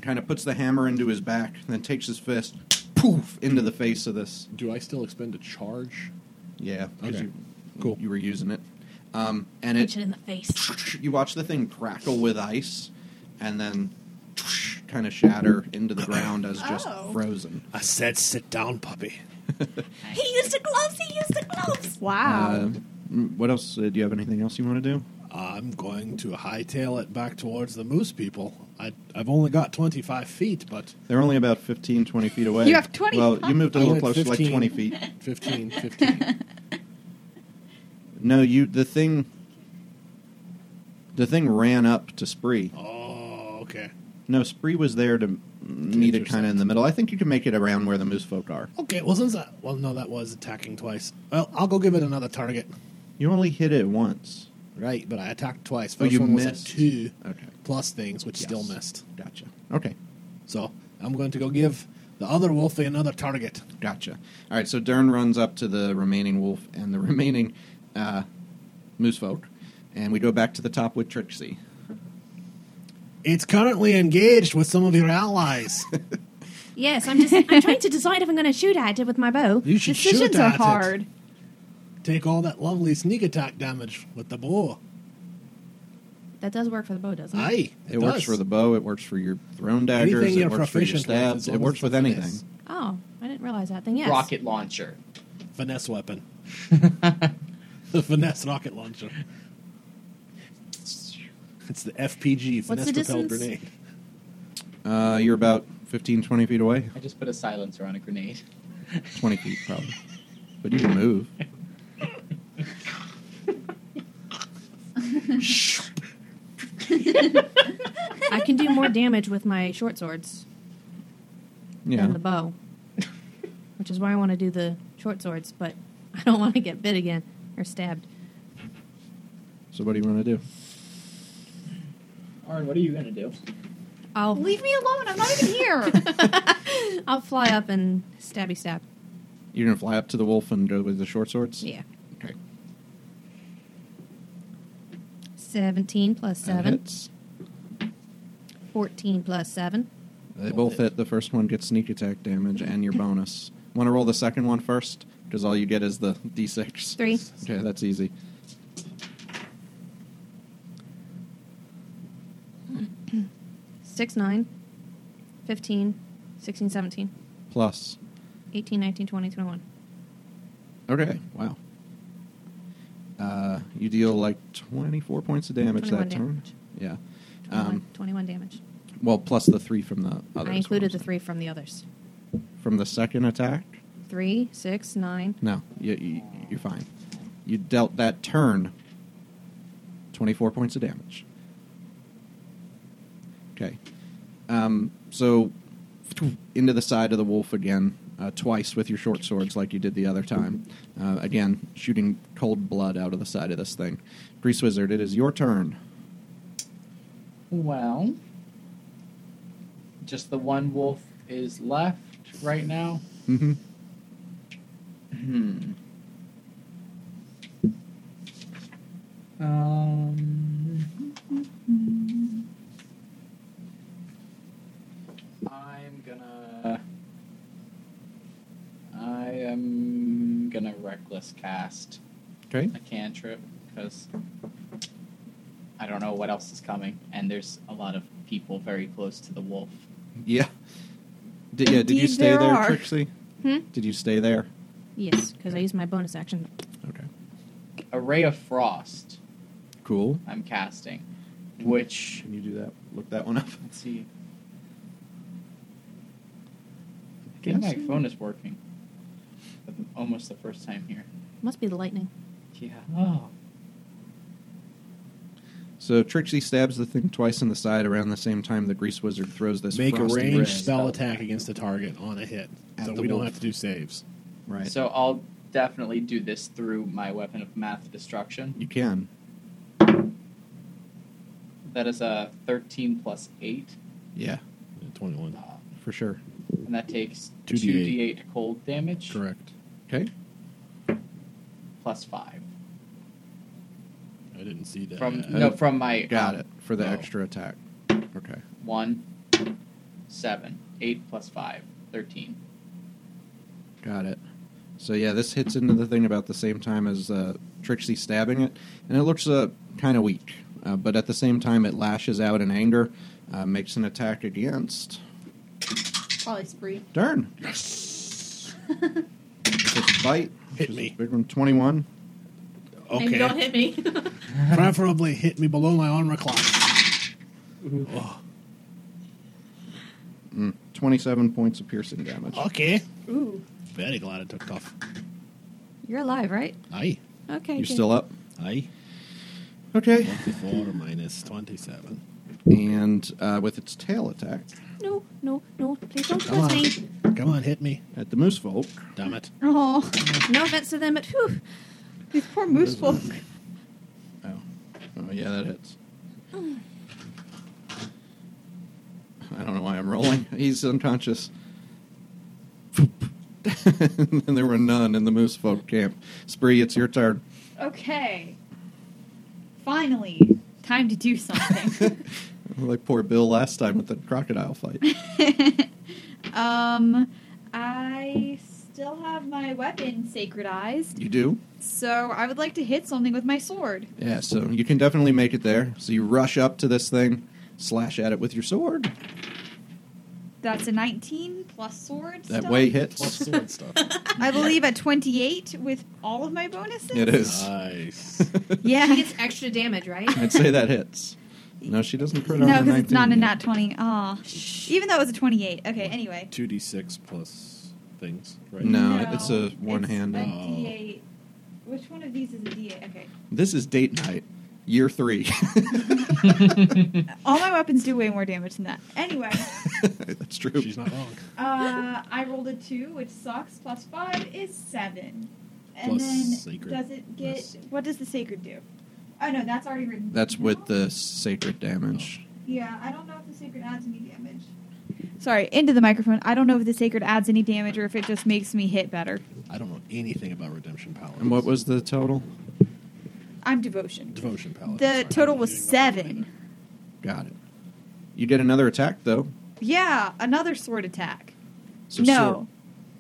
Speaker 2: kind of puts the hammer into his back, then takes his fist, poof, into the face of this.
Speaker 6: Do I still expend a charge?
Speaker 2: Yeah, 'cause
Speaker 6: Okay.
Speaker 2: you,
Speaker 6: Cool.
Speaker 2: You were using it, um, and
Speaker 1: Punch
Speaker 2: it
Speaker 1: it in the face.
Speaker 2: you watch the thing crackle with ice, and then kind of shatter into the ground as just
Speaker 10: Oh.
Speaker 2: frozen.
Speaker 6: I said sit down, puppy.
Speaker 10: He used the gloves. He used the gloves.
Speaker 2: Uh,
Speaker 10: Wow.
Speaker 2: m- what else? Uh, do you have anything else you want to do?
Speaker 6: I'm going to hightail it back towards the moose people. I, I've only got 25 feet, but
Speaker 2: They're only about 15, 20 feet away.
Speaker 10: You have 20
Speaker 2: Well, you moved a
Speaker 6: I
Speaker 2: little
Speaker 6: went
Speaker 2: closer, like
Speaker 6: 15.
Speaker 2: 20 feet.
Speaker 6: 15, 15.
Speaker 2: No, you. The thing. The thing ran up to Spree.
Speaker 6: oh, okay.
Speaker 2: No, Spree was there to meet it kind of in the middle. I think you can make it around where the moose folk are.
Speaker 6: Okay, well, since that. Well, no, that was attacking twice. Well, I'll go give it another target.
Speaker 2: You only hit it once.
Speaker 6: Right, but I attacked twice.
Speaker 2: Oh,
Speaker 6: First
Speaker 2: you
Speaker 6: one was at
Speaker 2: missed.
Speaker 6: two
Speaker 2: Okay.
Speaker 6: plus things, which
Speaker 2: Yes.
Speaker 6: still missed.
Speaker 2: Gotcha. Okay.
Speaker 6: So I'm going to go give the other wolfie another target.
Speaker 2: Gotcha. All right, so Dern runs up to the remaining wolf and the remaining uh, moose folk, and we go back to the top with Trixie.
Speaker 6: It's currently engaged with some of your allies.
Speaker 1: Yes, I'm just I'm trying to decide if I'm going to shoot at it with my bow.
Speaker 6: You should
Speaker 8: Decisions
Speaker 6: shoot
Speaker 8: are
Speaker 6: at it.
Speaker 8: hard.
Speaker 6: Take all that lovely sneak attack damage with the bow.
Speaker 1: That does work for the bow, doesn't it?
Speaker 6: Aye,
Speaker 2: Hmm. It, works
Speaker 6: does.
Speaker 2: for the bow. It works for your thrown daggers.
Speaker 6: Anything
Speaker 2: it
Speaker 6: you're
Speaker 2: works for your
Speaker 6: proficient with
Speaker 2: stabs.
Speaker 6: is
Speaker 2: It works
Speaker 6: almost
Speaker 2: with
Speaker 6: a
Speaker 2: anything.
Speaker 6: finesse.
Speaker 1: Oh, I didn't realize that. Then yes,
Speaker 5: Rocket launcher.
Speaker 6: finesse weapon. the finesse rocket launcher. It's the FPG,
Speaker 1: What's
Speaker 6: finesse
Speaker 1: the
Speaker 6: propelled
Speaker 1: distance?
Speaker 6: grenade.
Speaker 2: Uh, you're about 15, 20 feet away.
Speaker 5: I just put a silencer on a grenade.
Speaker 2: 20 feet, probably. But you can move.
Speaker 10: Uh,
Speaker 1: I can do more damage with my short swords
Speaker 2: Yeah.
Speaker 1: than the bow, which is why I want to do the short swords. But I don't want to get bit again or stabbed.
Speaker 2: So what do you want to do?
Speaker 5: Arn, what are you gonna do?
Speaker 1: I'll
Speaker 8: Leave me alone. I'm not even here.
Speaker 1: I'll fly up and stabby stab.
Speaker 2: You're going to fly up to the wolf and go with the short swords?
Speaker 1: Yeah,
Speaker 2: Okay.
Speaker 1: seventeen plus
Speaker 2: That
Speaker 1: seven.
Speaker 2: hits.
Speaker 1: Fourteen plus seven.
Speaker 2: They both hit. The first one gets sneak attack damage and your bonus. Want to roll the second one first? Because all you get is the d6.
Speaker 1: Three.
Speaker 2: Okay, that's easy.
Speaker 1: Six nine. Fifteen. Sixteen. Seventeen.
Speaker 2: Plus.
Speaker 1: 18, 19, 20, 21.
Speaker 2: Okay, wow. Uh, you deal like 24 points of damage
Speaker 1: 21
Speaker 2: that time.
Speaker 1: damage.
Speaker 2: Yeah.
Speaker 1: 21,
Speaker 2: Um,
Speaker 1: 21 damage.
Speaker 2: well, plus the three from the other.
Speaker 1: I included the three from the others.
Speaker 2: From the second attack?
Speaker 1: Three, six, nine.
Speaker 2: No, you, you, you're fine. You dealt that turn 24 points of damage. Okay. Um, so, into the side of the wolf again, uh, twice with your short swords like you did the other time. Uh, again, shooting cold blood out of the side of this thing. Grease Wizard, it is your turn.
Speaker 5: Well, just the one wolf is left right now.
Speaker 2: hmm
Speaker 5: Hmm. Um. I'm gonna. I am gonna reckless cast
Speaker 2: Okay.
Speaker 5: a cantrip because I don't know what else is coming, and there's a lot of people very close to the wolf.
Speaker 2: Yeah. Did, yeah, did you
Speaker 10: Indeed
Speaker 2: stay
Speaker 10: there
Speaker 2: there,
Speaker 10: are.
Speaker 2: Trixie?
Speaker 1: Hmm?
Speaker 2: Did you stay there?
Speaker 1: Yes, because I used my bonus action.
Speaker 2: Okay.
Speaker 5: A ray of frost
Speaker 2: Cool.
Speaker 5: I'm casting, which
Speaker 2: Can you do that? Look that one up.
Speaker 5: Let's see. I think my
Speaker 2: Guessing.
Speaker 5: phone is working. For the- Almost the first time here.
Speaker 1: Must be the lightning.
Speaker 5: Yeah. Oh.
Speaker 2: So Trixie stabs the thing twice in the side around the same time the Grease Wizard throws this
Speaker 6: Make a
Speaker 2: frosty
Speaker 6: range
Speaker 2: ray.
Speaker 6: spell attack against the target on a hit,
Speaker 2: At
Speaker 6: so
Speaker 2: the
Speaker 6: we don't
Speaker 2: wolf.
Speaker 6: have to do saves.
Speaker 2: Right.
Speaker 5: So I'll definitely do this through my weapon of math destruction.
Speaker 2: you can.
Speaker 5: That is a 13 plus 8.
Speaker 2: Yeah,
Speaker 6: Twenty-one,
Speaker 5: uh,
Speaker 2: for sure.
Speaker 5: And that takes
Speaker 6: 2d8.
Speaker 5: 2d8 cold damage
Speaker 6: correct?
Speaker 2: Okay.
Speaker 5: plus 5.
Speaker 6: I didn't see that.
Speaker 5: From No, from my.
Speaker 2: Got
Speaker 5: um,
Speaker 2: it. For the
Speaker 5: oh.
Speaker 2: extra attack. Okay.
Speaker 5: 1, 7. 8 plus 5. 13.
Speaker 2: Got it. So yeah, this hits into the thing about the same time as uh, Trixie stabbing it, and it looks uh, kind of weak. Uh, but at the same time, it lashes out in anger, uh, makes an attack against
Speaker 8: Probably spree.
Speaker 2: Darn. Yes. bite. which
Speaker 6: Hit
Speaker 2: is
Speaker 6: me.
Speaker 2: a Big one. Twenty-one.
Speaker 6: okay,
Speaker 1: hit me.
Speaker 6: preferably hit me below my armor clock. Oh,
Speaker 2: 27 points of piercing damage.
Speaker 6: okay,
Speaker 8: Ooh.
Speaker 6: very glad I took off.
Speaker 1: You're alive, right?
Speaker 6: Aye,
Speaker 1: Okay.
Speaker 2: You're
Speaker 1: good.
Speaker 2: still up?
Speaker 6: aye.
Speaker 2: Okay.
Speaker 6: Twenty-four minus twenty-seven.
Speaker 2: And uh, with its tail attack
Speaker 1: No, no, no. Please don't
Speaker 6: Come on,
Speaker 1: touch me.
Speaker 6: come on, hit me!
Speaker 2: at the moose folk,
Speaker 6: Damn it!
Speaker 8: Oh,
Speaker 1: No offense to them, but whew.
Speaker 10: These poor moose folk.
Speaker 2: Oh. Oh, yeah, that hits. I don't know why I I'm rolling. He's unconscious. and there were none in the moose folk camp. Spree, it's your turn.
Speaker 4: Okay. Finally, time to do something.
Speaker 2: Like poor Bill last time with the crocodile fight.
Speaker 4: um, I still have my weapon sacredized,
Speaker 2: You do?
Speaker 4: so I would like to hit something with my sword.
Speaker 2: Yeah, so you can definitely make it there. So you rush up to this thing, slash at it with your sword.
Speaker 4: That's a 19 plus sword.
Speaker 2: That
Speaker 4: stuff.
Speaker 2: way
Speaker 6: Plus
Speaker 2: hits.
Speaker 6: sword stuff.
Speaker 4: I believe a 28 with all of my bonuses.
Speaker 2: It is.
Speaker 6: nice.
Speaker 1: She
Speaker 4: Yeah.
Speaker 1: gets extra damage, right?
Speaker 2: I'd say that hits. No, she doesn't crit on
Speaker 4: No,
Speaker 2: the
Speaker 4: because it's not a
Speaker 2: 19
Speaker 4: nat 20. Aw. Even though it was a 28. Okay, anyway.
Speaker 6: 2d6 plus things, right?
Speaker 2: No, it's a one hand.
Speaker 4: A
Speaker 2: Oh.
Speaker 4: D8. Which one of these is a D8? Okay.
Speaker 2: This is date night, year three.
Speaker 4: All my weapons do way more damage than that. Anyway,
Speaker 2: That's true.
Speaker 6: She's not wrong.
Speaker 4: uh, I rolled a 2, which sucks. Plus 5 is 7. And
Speaker 6: Plus
Speaker 4: then
Speaker 6: sacred.
Speaker 4: does it get.
Speaker 6: Plus-
Speaker 4: What does the sacred do? Oh, no, that's already written.
Speaker 2: That's
Speaker 4: down.
Speaker 2: with the sacred damage.
Speaker 4: Yeah, I don't know if the sacred adds any damage. Sorry, into the microphone. I don't know if the sacred adds any damage or if it just makes me hit better.
Speaker 6: I don't know anything about redemption power.
Speaker 2: And what was the total?
Speaker 4: I'm devotion.
Speaker 6: devotion power?
Speaker 4: The total was seven.
Speaker 2: Got it. You get another attack though.
Speaker 4: Yeah, another sword attack.
Speaker 2: So
Speaker 4: no.
Speaker 2: sword-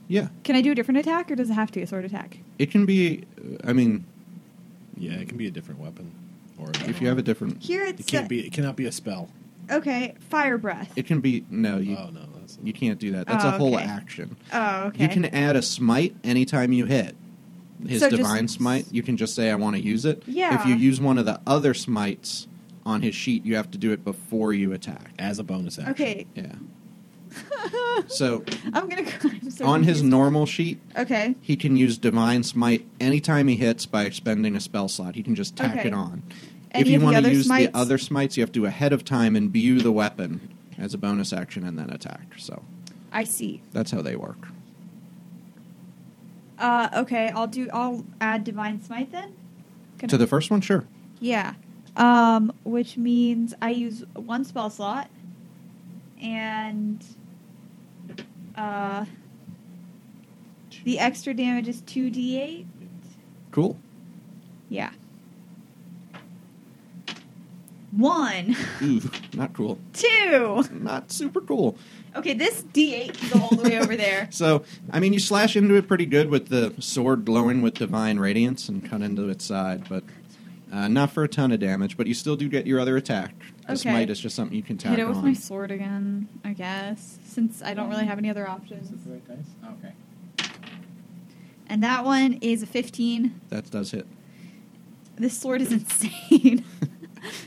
Speaker 2: yeah,
Speaker 4: Can I do a different attack or does it have to be a sword attack?
Speaker 2: it can be. uh, I mean,
Speaker 6: Yeah, it can be a different weapon, or
Speaker 2: if you have a different,
Speaker 4: Here
Speaker 6: it
Speaker 4: it's
Speaker 6: can't
Speaker 4: a-
Speaker 6: be. It cannot be a spell.
Speaker 4: okay, fire breath.
Speaker 2: it can be. No, you
Speaker 6: oh no, that's
Speaker 2: you can't do that. That's
Speaker 4: Oh,
Speaker 2: a whole
Speaker 4: okay.
Speaker 2: action.
Speaker 4: oh, okay.
Speaker 2: You can add a smite anytime you hit. His
Speaker 4: So just-
Speaker 2: divine smite, you can just say, I want to use it.
Speaker 4: Yeah.
Speaker 2: If you use one of the other smites on his sheet, you have to do it before you attack.
Speaker 6: as a bonus action.
Speaker 4: okay.
Speaker 2: Yeah. So
Speaker 4: I'm gonna cry. I'm so
Speaker 2: on his
Speaker 4: confused.
Speaker 2: normal sheet,
Speaker 4: Okay.
Speaker 2: he can use divine smite anytime he hits by spending a spell slot. He can just tack
Speaker 4: Okay.
Speaker 2: it on.
Speaker 4: Any
Speaker 2: if you
Speaker 4: of the
Speaker 2: want
Speaker 4: other
Speaker 2: to use
Speaker 4: smites?
Speaker 2: the other smites, you have to ahead of time imbue the weapon as a bonus action and then attack. So
Speaker 4: I see.
Speaker 2: that's how they work.
Speaker 4: Uh okay, I'll do I'll add divine smite then. Can
Speaker 2: To
Speaker 4: I-
Speaker 2: the first one, sure.
Speaker 4: Yeah. Um, which means I use one spell slot and uh, the extra damage is 2d8.
Speaker 2: Cool.
Speaker 4: Yeah. One,
Speaker 2: Ooh, not cool.
Speaker 4: two.
Speaker 2: Not super cool.
Speaker 4: Okay, this d8 can go all the way over there.
Speaker 2: So, I mean, you slash into it pretty good with the sword glowing with divine radiance and cut into its side, but uh, not for a ton of damage. But you still do get your other attack. The
Speaker 4: Okay.
Speaker 2: smite is just something you can tack
Speaker 4: Hit it with
Speaker 2: on.
Speaker 4: my sword again, I guess, since I don't really have any other
Speaker 5: Is
Speaker 4: options.
Speaker 5: it the right dice? Okay.
Speaker 4: And that one is a 15.
Speaker 2: That does hit.
Speaker 4: This sword is insane.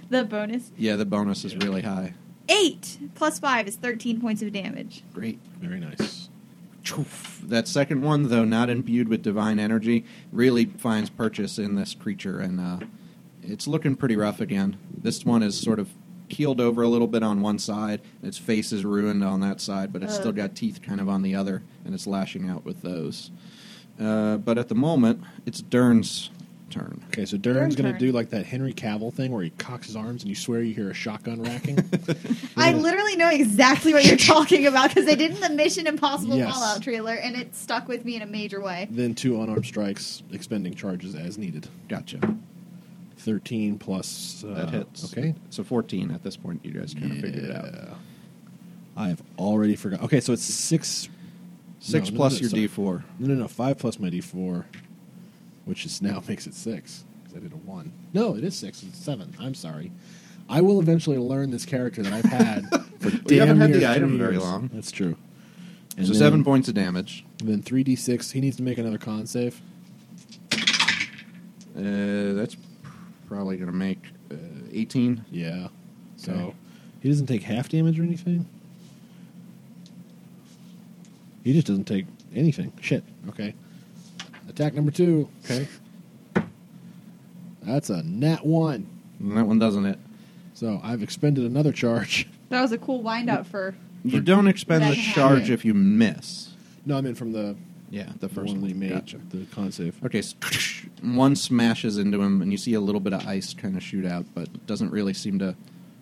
Speaker 4: the bonus
Speaker 2: Yeah, the bonus is really high.
Speaker 4: Eight plus five is thirteen points of damage.
Speaker 2: Great.
Speaker 6: Very nice.
Speaker 2: Choof. That second one, though not imbued with divine energy, really finds purchase in this creature, and uh, it's looking pretty rough again. This one is sort of keeled over a little bit on one side, and its face is ruined on that side, but it's still got teeth kind of on the other, and it's lashing out with those. Uh, but at the moment, it's Dern's turn.
Speaker 6: Okay, so Dern's
Speaker 4: Dern
Speaker 6: going
Speaker 4: turn.
Speaker 6: to do like that Henry Cavill thing where he cocks his arms and you swear you hear a shotgun racking.
Speaker 4: I literally know exactly what you're talking about because I did in the Mission Impossible
Speaker 6: Yes.
Speaker 4: Fallout trailer, and it stuck with me in a major way.
Speaker 6: then two unarmed strikes, expending charges as needed.
Speaker 2: Gotcha.
Speaker 6: 13 plus. Uh,
Speaker 2: That hits.
Speaker 6: Okay.
Speaker 2: So 14 at this point, you guys kind of figured it out.
Speaker 6: Yeah. I've already forgot. Okay, so it's six.
Speaker 2: Six
Speaker 6: No, no,
Speaker 2: plus
Speaker 6: no,
Speaker 2: your
Speaker 6: sorry.
Speaker 2: d4.
Speaker 6: No, no, no. Five plus my d4, which is now makes it six. 'cause I did a one. No, it is six. It's seven. I'm sorry. I will eventually learn this character that I've had for damn
Speaker 2: We haven't had
Speaker 6: near
Speaker 2: the
Speaker 6: three
Speaker 2: item very
Speaker 6: years.
Speaker 2: long.
Speaker 6: That's true.
Speaker 2: so
Speaker 6: then-
Speaker 2: seven points of damage.
Speaker 6: And then 3d6. He needs to make another con save.
Speaker 2: Uh, that's probably going to make uh, 18.
Speaker 6: Yeah. So
Speaker 2: Okay.
Speaker 6: he doesn't take half damage or anything. He just doesn't take anything. Shit. Okay. Attack number two. Okay. That's a nat one.
Speaker 2: And that one doesn't it.
Speaker 6: So I've expended another charge.
Speaker 4: That was a cool wind up for.
Speaker 2: You don't expend
Speaker 4: That
Speaker 2: the
Speaker 4: happened.
Speaker 2: charge if you miss.
Speaker 6: No, I mean from the
Speaker 2: Yeah, the
Speaker 6: first
Speaker 2: first
Speaker 6: one we
Speaker 2: one.
Speaker 6: made.
Speaker 2: Gotcha.
Speaker 6: The con save.
Speaker 2: Okay, so one smashes into him, and you see a little bit of ice kind of shoot out, but it doesn't really seem to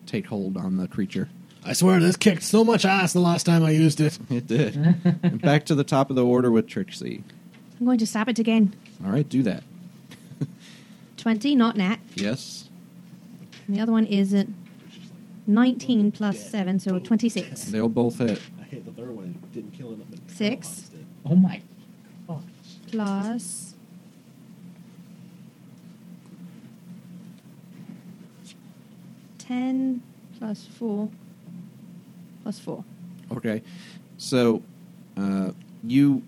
Speaker 2: take hold on the creature.
Speaker 6: I swear this kicked so much ass the last time I used it.
Speaker 2: It did. And back to the top of the order with Trixie.
Speaker 1: I'm going to sap it again.
Speaker 2: All right, do that.
Speaker 1: 20, not nat.
Speaker 2: Yes.
Speaker 1: And the other one is at 19 plus 7, so 26.
Speaker 2: They'll both hit.
Speaker 7: I hit the third one. It didn't kill him. but
Speaker 1: Six.
Speaker 7: paralyzed it.
Speaker 5: Oh my fuck.
Speaker 1: Plus. Ten plus four. Plus four.
Speaker 2: Okay. So, uh, you.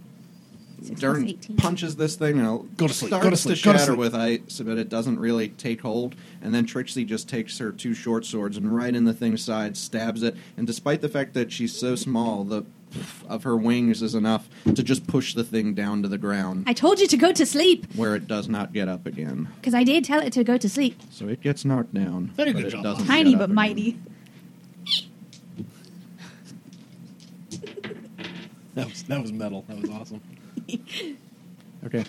Speaker 1: Six
Speaker 2: Dern
Speaker 1: plus 18.
Speaker 2: punches this thing and it
Speaker 7: Go to sleep,
Speaker 2: starts
Speaker 7: go to sleep, go to
Speaker 2: shatter
Speaker 7: sleep.
Speaker 2: with ice, but it doesn't really take hold. And then Trixie just takes her two short swords and right in the thing's side stabs it. And despite the fact that she's so small, the pff of her wings is enough to just push the thing down to the ground,
Speaker 1: I told you to go to sleep
Speaker 2: where it does not get up again.
Speaker 1: because I did tell it to go to sleep.
Speaker 2: So it gets knocked down.
Speaker 6: Very
Speaker 2: but
Speaker 6: good
Speaker 2: it
Speaker 6: job.
Speaker 2: doesn't
Speaker 4: Tiny
Speaker 2: get up
Speaker 4: but
Speaker 2: again.
Speaker 4: mighty.
Speaker 7: That was that was metal. That was awesome.
Speaker 2: Okay.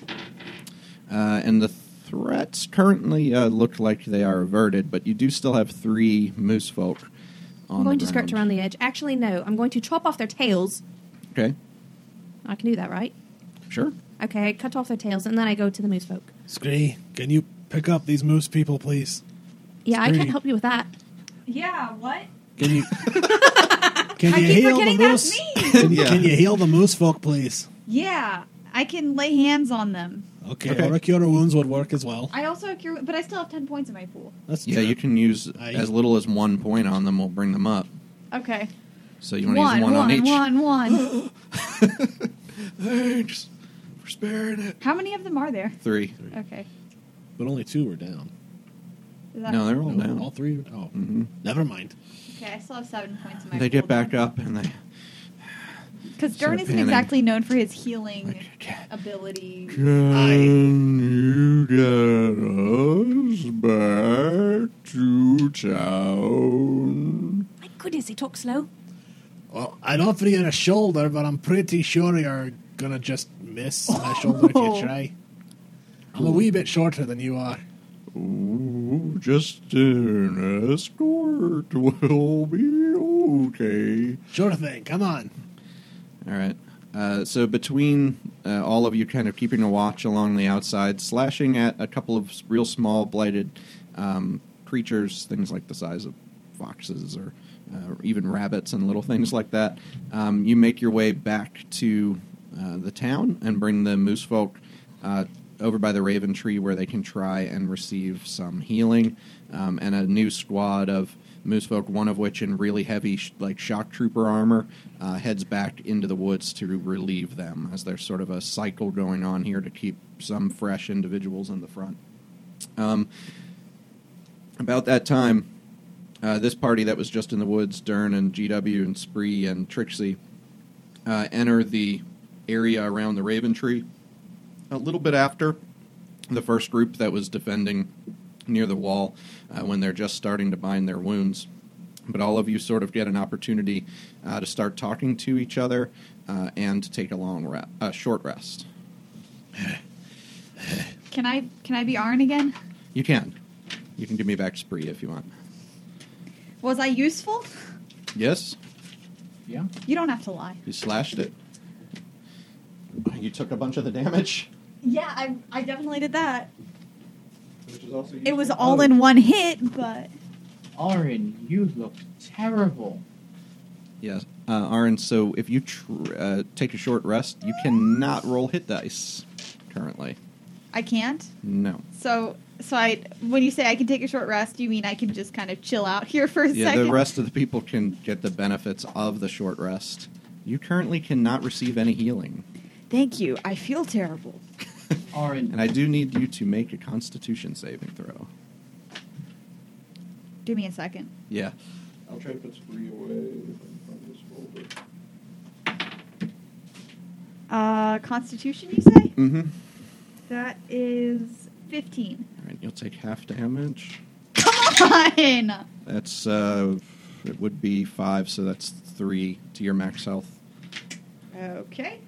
Speaker 2: Uh, and the threats currently uh, look like they are averted, but you do still have three moose folk on
Speaker 1: I'm going
Speaker 2: the
Speaker 1: to skirt around
Speaker 2: ground.
Speaker 1: the edge. Actually, no. I'm going to chop off their tails.
Speaker 2: Okay,
Speaker 1: I can do that, right?
Speaker 2: sure.
Speaker 1: Okay, I cut off their tails and then I go to the moose folk.
Speaker 6: Scree, can you pick up these moose people, please?
Speaker 1: Yeah, I can't
Speaker 6: Scree.
Speaker 1: help you with that.
Speaker 8: Yeah, what?
Speaker 6: Can you? Can
Speaker 8: I
Speaker 6: you
Speaker 8: keep
Speaker 6: heal the
Speaker 8: forgetting that's
Speaker 6: moose?
Speaker 8: me.
Speaker 6: Can,
Speaker 2: Yeah.
Speaker 6: can you heal the moose folk, please?
Speaker 4: Yeah, I can lay hands on them.
Speaker 6: Okay,
Speaker 2: Okay.
Speaker 6: Aura Cure Wounds would work as well.
Speaker 4: I also cure, but I still have 10 points in my pool.
Speaker 6: That's
Speaker 2: Yeah,
Speaker 6: true.
Speaker 2: you can use
Speaker 6: I-
Speaker 2: as little as one point on them. We'll bring them up.
Speaker 4: Okay.
Speaker 2: So you want to use one, on each.
Speaker 4: one, one.
Speaker 2: Thanks for sparing it.
Speaker 4: How many of them are there?
Speaker 2: Three.
Speaker 4: Okay.
Speaker 7: But only two were down.
Speaker 4: Is that-
Speaker 2: No, they're all
Speaker 7: No,
Speaker 2: down.
Speaker 7: all three. Oh,
Speaker 2: Mhm.
Speaker 7: never mind.
Speaker 4: Okay, I still have seven points in my
Speaker 2: They get back up and they.
Speaker 4: Because
Speaker 2: Start
Speaker 4: Dern isn't
Speaker 2: panning.
Speaker 4: exactly known for his healing ability.
Speaker 2: Can you get us back to town?
Speaker 1: My goodness, they talk slow.
Speaker 6: Well, I don't feel your shoulder, but I'm pretty sure you're gonna just miss my shoulder if
Speaker 2: Oh.
Speaker 6: you try. I'm a wee bit shorter than you are.
Speaker 2: Ooh, just an escort will be okay.
Speaker 6: Sure thing. Come on.
Speaker 2: All right. Uh, so between uh, all of you, kind of keeping a watch along the outside, slashing at a couple of s- real small blighted um, creatures, things like the size of foxes or uh, even rabbits and little things like that, um, you make your way back to uh, the town and bring the moose folk uh, over by the raven tree where they can try and receive some healing um, and a new squad of moose folk one of which in really heavy sh- like shock trooper armor uh, heads back into the woods to relieve them as there's sort of a cycle going on here to keep some fresh individuals in the front um, about that time uh, this party that was just in the woods dern and gw and spree and trixie uh, enter the area around the raven tree a little bit after the first group that was defending near the wall uh, when they're just starting to bind their wounds. But all of you sort of get an opportunity uh, to start talking to each other uh, and to take a long re- a short rest.
Speaker 4: Can I can I be Arn again?
Speaker 2: You can. You can give me back spree if you want.
Speaker 4: Was I useful?
Speaker 2: Yes,
Speaker 5: Yeah.
Speaker 4: You don't have to lie.
Speaker 2: you slashed it. You took a bunch of the damage,
Speaker 4: Yeah, I, I definitely did that.
Speaker 2: which is also
Speaker 4: It was all in one hit, but
Speaker 5: Orin, you look terrible.
Speaker 2: Yes, uh, Aaron. So if you tr- uh, take a short rest, you cannot roll hit dice currently.
Speaker 4: I can't.
Speaker 2: No.
Speaker 4: So so I when you say I can take a short rest, you mean I can just kind of chill out here for a
Speaker 2: Yeah,
Speaker 4: second?
Speaker 2: the rest of the people can get the benefits of the short rest. You currently cannot receive any healing,
Speaker 4: Thank you. I feel terrible.
Speaker 5: Orin,
Speaker 2: and I do need you to make a Constitution saving throw.
Speaker 4: Give me a second.
Speaker 2: Yeah,
Speaker 9: I'll try to put spree away if I'm from this folder.
Speaker 4: Uh, Constitution, you say?
Speaker 2: Mm-hmm.
Speaker 4: That is 15.
Speaker 2: All right, you'll take half damage.
Speaker 4: Fine!
Speaker 2: That's uh, it would be five, so that's three to your max health.
Speaker 4: Okay.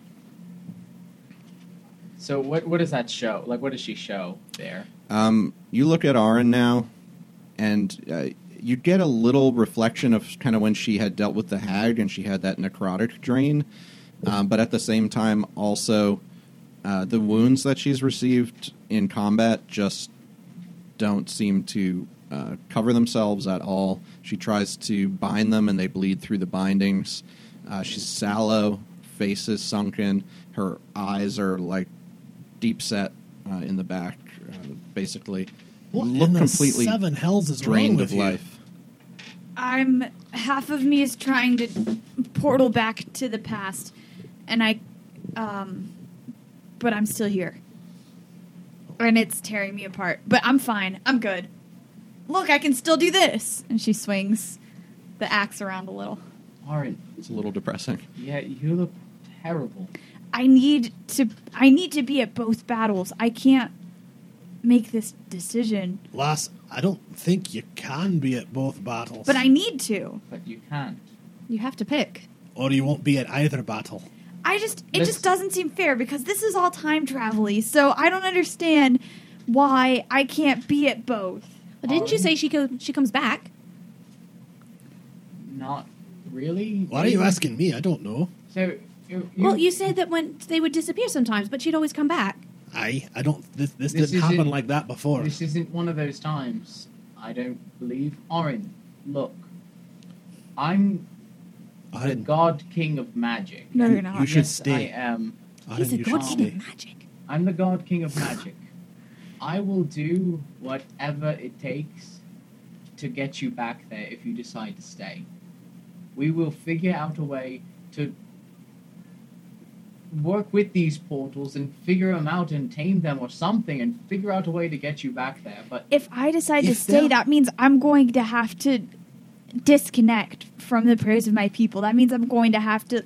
Speaker 5: so what? What does that show? Like, what does she show there?
Speaker 2: Um, you look at Aaron now, and uh, you get a little reflection of kind of when she had dealt with the hag and she had that necrotic drain, um, but at the same time also uh, the wounds that she's received in combat just don't seem to uh, cover themselves at all. She tries to bind them, and they bleed through the bindings. Uh, she's sallow, face is sunken, her eyes are like deep set uh, in the back, uh, basically.
Speaker 6: What
Speaker 2: Look
Speaker 6: in the
Speaker 2: completely
Speaker 6: seven hells is wrong
Speaker 2: drained
Speaker 6: with
Speaker 2: of
Speaker 6: you?
Speaker 2: life.
Speaker 4: I'm half of me is trying to portal back to the past, and I, um, but I'm still here, and it's tearing me apart. But I'm fine. I'm good. Look, I can still do this. And she swings the axe around a little.
Speaker 5: Arin,
Speaker 2: It's a little depressing.
Speaker 5: yeah, you look terrible.
Speaker 4: I need to. I need to be at both battles. I can't make this decision,
Speaker 6: Lass, I don't think you can be at both battles.
Speaker 4: but I need to.
Speaker 5: But you can't.
Speaker 1: You have to pick.
Speaker 6: Or you won't be at either battle.
Speaker 4: I just it
Speaker 5: Let's-
Speaker 4: just doesn't seem fair because this is all time travel-y, so I don't understand why I can't be at both.
Speaker 1: But didn't you
Speaker 5: Oh.
Speaker 1: say she co- she comes back?
Speaker 5: Not really.
Speaker 6: Why are you asking me? I don't know.
Speaker 5: So, you, you,
Speaker 1: well, you said that when they would disappear sometimes, but she'd always come back.
Speaker 6: I I don't. This this,
Speaker 5: This
Speaker 6: didn't happen
Speaker 5: isn't-
Speaker 6: like that before.
Speaker 5: This isn't one of those times. I don't believe. Orin, look. I'm the
Speaker 6: Arin,
Speaker 5: god king of magic.
Speaker 4: No,
Speaker 6: You-
Speaker 4: you're not.
Speaker 6: you should
Speaker 5: yes,
Speaker 6: stay.
Speaker 5: I uh, am.
Speaker 1: He's
Speaker 6: Arin,
Speaker 1: a
Speaker 6: you should
Speaker 1: god king
Speaker 6: stay.
Speaker 1: of magic.
Speaker 5: I'm the god king of magic. I will do whatever it takes to get you back there if you decide to stay. We will figure out a way to work with these portals and figure them out and tame them or something and figure out a way to get you back there. But
Speaker 4: If I decide to
Speaker 6: If
Speaker 4: stay,
Speaker 6: they're-
Speaker 4: that means I'm going to have to disconnect from the prayers of my people. That means I'm going to have to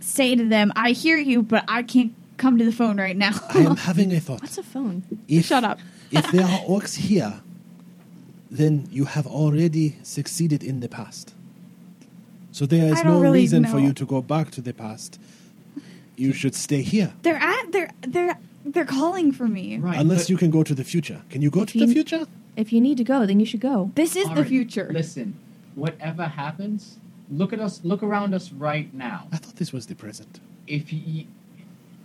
Speaker 4: say to them, "I hear you, but I can't come to the phone right now."
Speaker 6: I am having a thought.
Speaker 1: What's a phone?
Speaker 6: If,
Speaker 4: Shut up.
Speaker 6: if there are orcs here, then you have already succeeded in the past. So there is
Speaker 4: I don't
Speaker 6: no
Speaker 4: really
Speaker 6: reason for
Speaker 4: know.
Speaker 6: you to go back to the past. You should stay here.
Speaker 4: They're at they're they're they're calling for me.
Speaker 5: right,
Speaker 6: Unless
Speaker 5: but-
Speaker 6: you can go to the future. Can you go to
Speaker 1: you-
Speaker 6: the future?
Speaker 1: If you need to go, then you should go.
Speaker 4: This is the
Speaker 5: Alright,
Speaker 4: future.
Speaker 5: Listen, whatever happens, look at us. Look around us right now.
Speaker 6: I thought this was the present.
Speaker 5: If you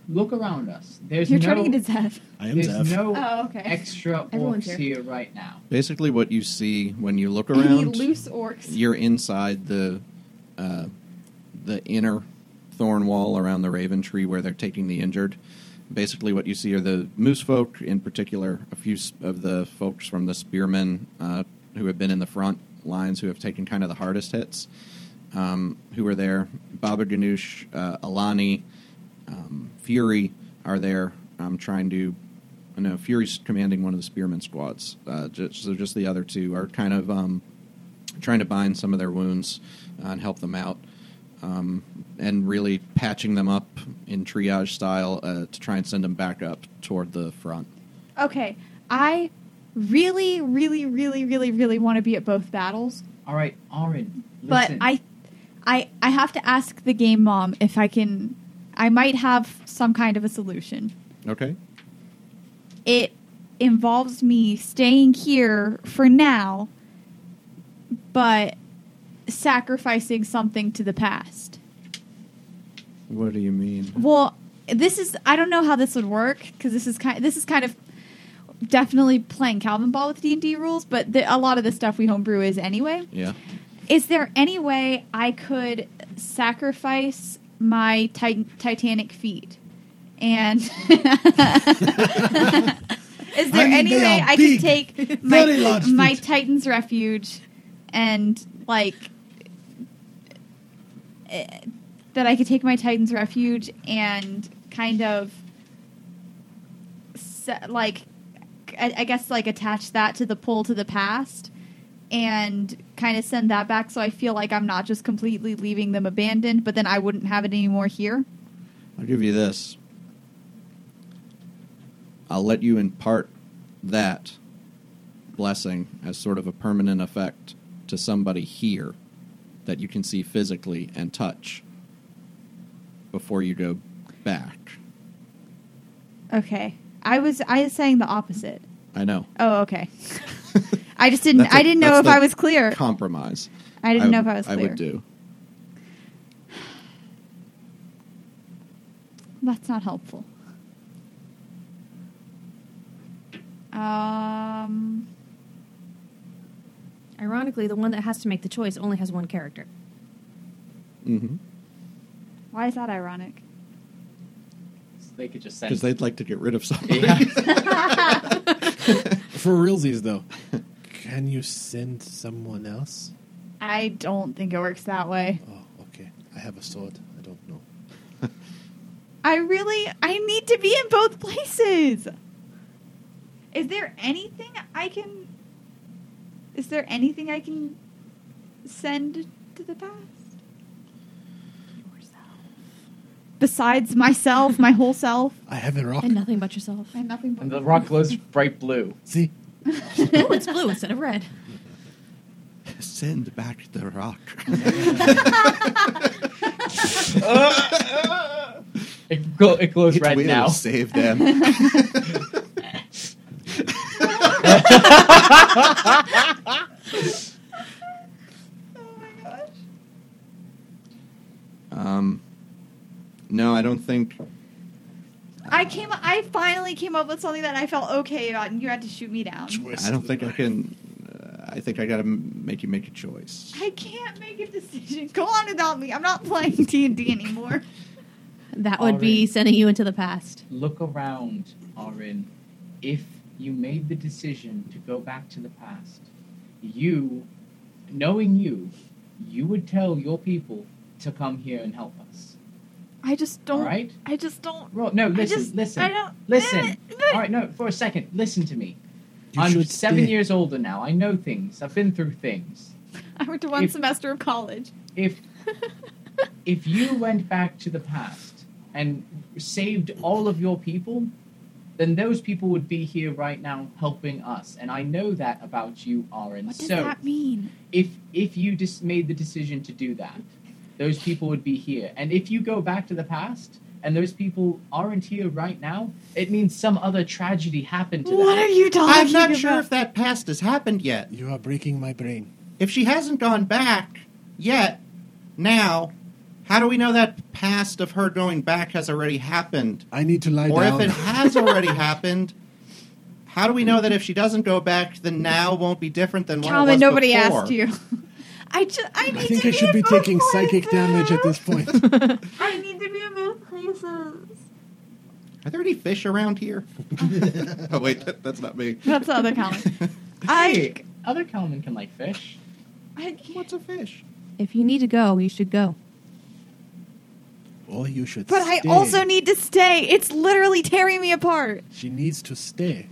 Speaker 5: look around us, there's
Speaker 4: You're
Speaker 5: no
Speaker 4: turning into Zev.
Speaker 6: I am
Speaker 5: there's
Speaker 6: Zev.
Speaker 5: no
Speaker 4: Oh, okay.
Speaker 5: extra orcs
Speaker 1: Everyone's
Speaker 5: here.
Speaker 1: here.
Speaker 5: right now.
Speaker 2: Basically, what you see when you look
Speaker 4: Any
Speaker 2: around,
Speaker 4: loose orcs.
Speaker 2: you're inside the uh, the inner thorn wall around the raven tree where they're taking the injured. Basically, what you see are the moose folk, in particular, a few s- of the folks from the spearmen uh, who have been in the front lines, who have taken kind of the hardest hits, um, who are there. Baba Ganoush, uh, Alani, um, Fury are there. I'm trying to. I know Fury's commanding one of the spearmen squads. Uh, just, so just the other two are kind of um, trying to bind some of their wounds uh, and help them out, um, and really patching them up in triage style uh, to try and send them back up toward the front.
Speaker 4: Okay, I really, really, really, really, really want to be at both battles,
Speaker 5: All right, Arin.
Speaker 4: but
Speaker 5: Listen,
Speaker 4: I, I, I have to ask the game mom if I can. I might have some kind of a solution.
Speaker 2: Okay.
Speaker 4: It involves me staying here for now, but sacrificing something to the past.
Speaker 2: What do you mean?
Speaker 4: Well, this is I don't know how this would work because this is kind this is kind of definitely playing Calvin ball with D and D rules, but the, a lot of the stuff we homebrew is anyway.
Speaker 2: Yeah.
Speaker 4: Is there any way I could sacrifice my ti- Titanic feet? And is there
Speaker 6: I mean,
Speaker 4: any
Speaker 6: they
Speaker 4: way
Speaker 6: are
Speaker 4: I
Speaker 6: big,
Speaker 4: could take
Speaker 6: very
Speaker 4: my
Speaker 6: large
Speaker 4: my
Speaker 6: feet.
Speaker 4: Titan's refuge and like eh, that I could take my Titan's refuge and kind of se- like I, I guess like attach that to the pull to the past and kind of send that back so I feel like I'm not just completely leaving them abandoned, but then I wouldn't have it anymore here.
Speaker 2: I'll give you this. I'll let you impart that blessing as sort of a permanent effect to somebody here that you can see physically and touch before you go back.
Speaker 4: Okay. I was I was saying the opposite.
Speaker 2: I know.
Speaker 4: Oh, okay.
Speaker 10: I just didn't.
Speaker 2: That's a-
Speaker 10: I didn't know
Speaker 2: that's
Speaker 10: if
Speaker 2: the
Speaker 10: I was clear.
Speaker 2: Compromise.
Speaker 10: I didn't know if I was
Speaker 2: I
Speaker 10: clear.
Speaker 2: would do.
Speaker 10: That's not helpful.
Speaker 4: Um,
Speaker 1: Ironically, the one that has to make the choice only has one character.
Speaker 2: Mm-hmm.
Speaker 10: Why is that ironic?
Speaker 5: So they could just send.
Speaker 2: Because they'd like to get rid of somebody.
Speaker 5: Yeah.
Speaker 7: For realsies, though, can you send someone else?
Speaker 4: I don't think it works that way.
Speaker 7: Oh, okay. I have a sword. I don't know.
Speaker 4: I really, I need to be in both places. Is there anything I can?
Speaker 10: Is there anything I can send to the past?
Speaker 4: Besides myself, my whole self,
Speaker 7: I have a rock.
Speaker 1: And nothing but yourself.
Speaker 4: and nothing but
Speaker 5: And the rock glows bright blue.
Speaker 7: See,
Speaker 1: oh, it's blue instead of red.
Speaker 2: Send back the rock.
Speaker 5: It, glo- it glows
Speaker 2: It
Speaker 5: red
Speaker 2: will
Speaker 5: now.
Speaker 2: Save them.
Speaker 4: Oh
Speaker 2: um, no, I don't think.
Speaker 4: I came. I finally came up with something that I felt okay about, and you had to shoot me down.
Speaker 2: I don't think I can. Uh, I think I gotta m- make you make a choice.
Speaker 4: I can't make a decision. Go on without me. I'm not playing D and D anymore.
Speaker 1: That would be
Speaker 5: Alright.
Speaker 1: sending you into the past.
Speaker 5: Look around, Aurin. If you made the decision to go back to the past, you, knowing you, you would tell your people to come here and help us.
Speaker 4: I just
Speaker 5: All
Speaker 4: don't.
Speaker 5: right?
Speaker 4: I just don't.
Speaker 5: Ro- no, listen,
Speaker 4: I just.
Speaker 5: listen,
Speaker 4: I don't.
Speaker 5: listen.
Speaker 4: Eh, but-
Speaker 5: All right, no, for a second, listen to me.
Speaker 7: You
Speaker 5: I'm
Speaker 7: should
Speaker 5: seven
Speaker 7: stay.
Speaker 5: years older now. I know things. I've been through things.
Speaker 4: I went to one
Speaker 5: If-
Speaker 4: semester of college.
Speaker 5: If if you went back to the past and saved all of your people, then those people would be here right now helping us. And I know that about you, Aaron.
Speaker 4: What does
Speaker 5: so
Speaker 4: that mean?
Speaker 5: if if you just made the decision to do that, those people would be here. And if you go back to the past and those people aren't here right now, it means some other tragedy happened to
Speaker 4: What
Speaker 5: them.
Speaker 4: are you talking
Speaker 2: I'm not
Speaker 4: about?
Speaker 2: sure if that past has happened yet.
Speaker 7: You are breaking my brain.
Speaker 2: If she hasn't gone back yet, now, how do we know that past of her going back has already happened?
Speaker 7: I need to lie
Speaker 2: or if
Speaker 7: down.
Speaker 2: it has already happened, how do we know that if she doesn't go back, the now won't be different than what it
Speaker 4: Calvin,
Speaker 2: was
Speaker 4: nobody
Speaker 2: before?
Speaker 4: asked you. I just. I need
Speaker 7: I think
Speaker 4: to
Speaker 7: I should
Speaker 4: in
Speaker 7: be
Speaker 4: both
Speaker 7: taking psychic
Speaker 4: places.
Speaker 7: damage at this point.
Speaker 4: I need to be in both places.
Speaker 2: Are there any fish around here? oh wait, that, that's not me.
Speaker 4: That's the other Calvin. I.
Speaker 5: Hey, other Kalman can like fish.
Speaker 4: I can't.
Speaker 2: What's a fish?
Speaker 1: If you need to go, you should go.
Speaker 7: or you should
Speaker 4: But
Speaker 7: stay.
Speaker 4: I also need to stay. It's literally tearing me apart.
Speaker 7: She needs to stay.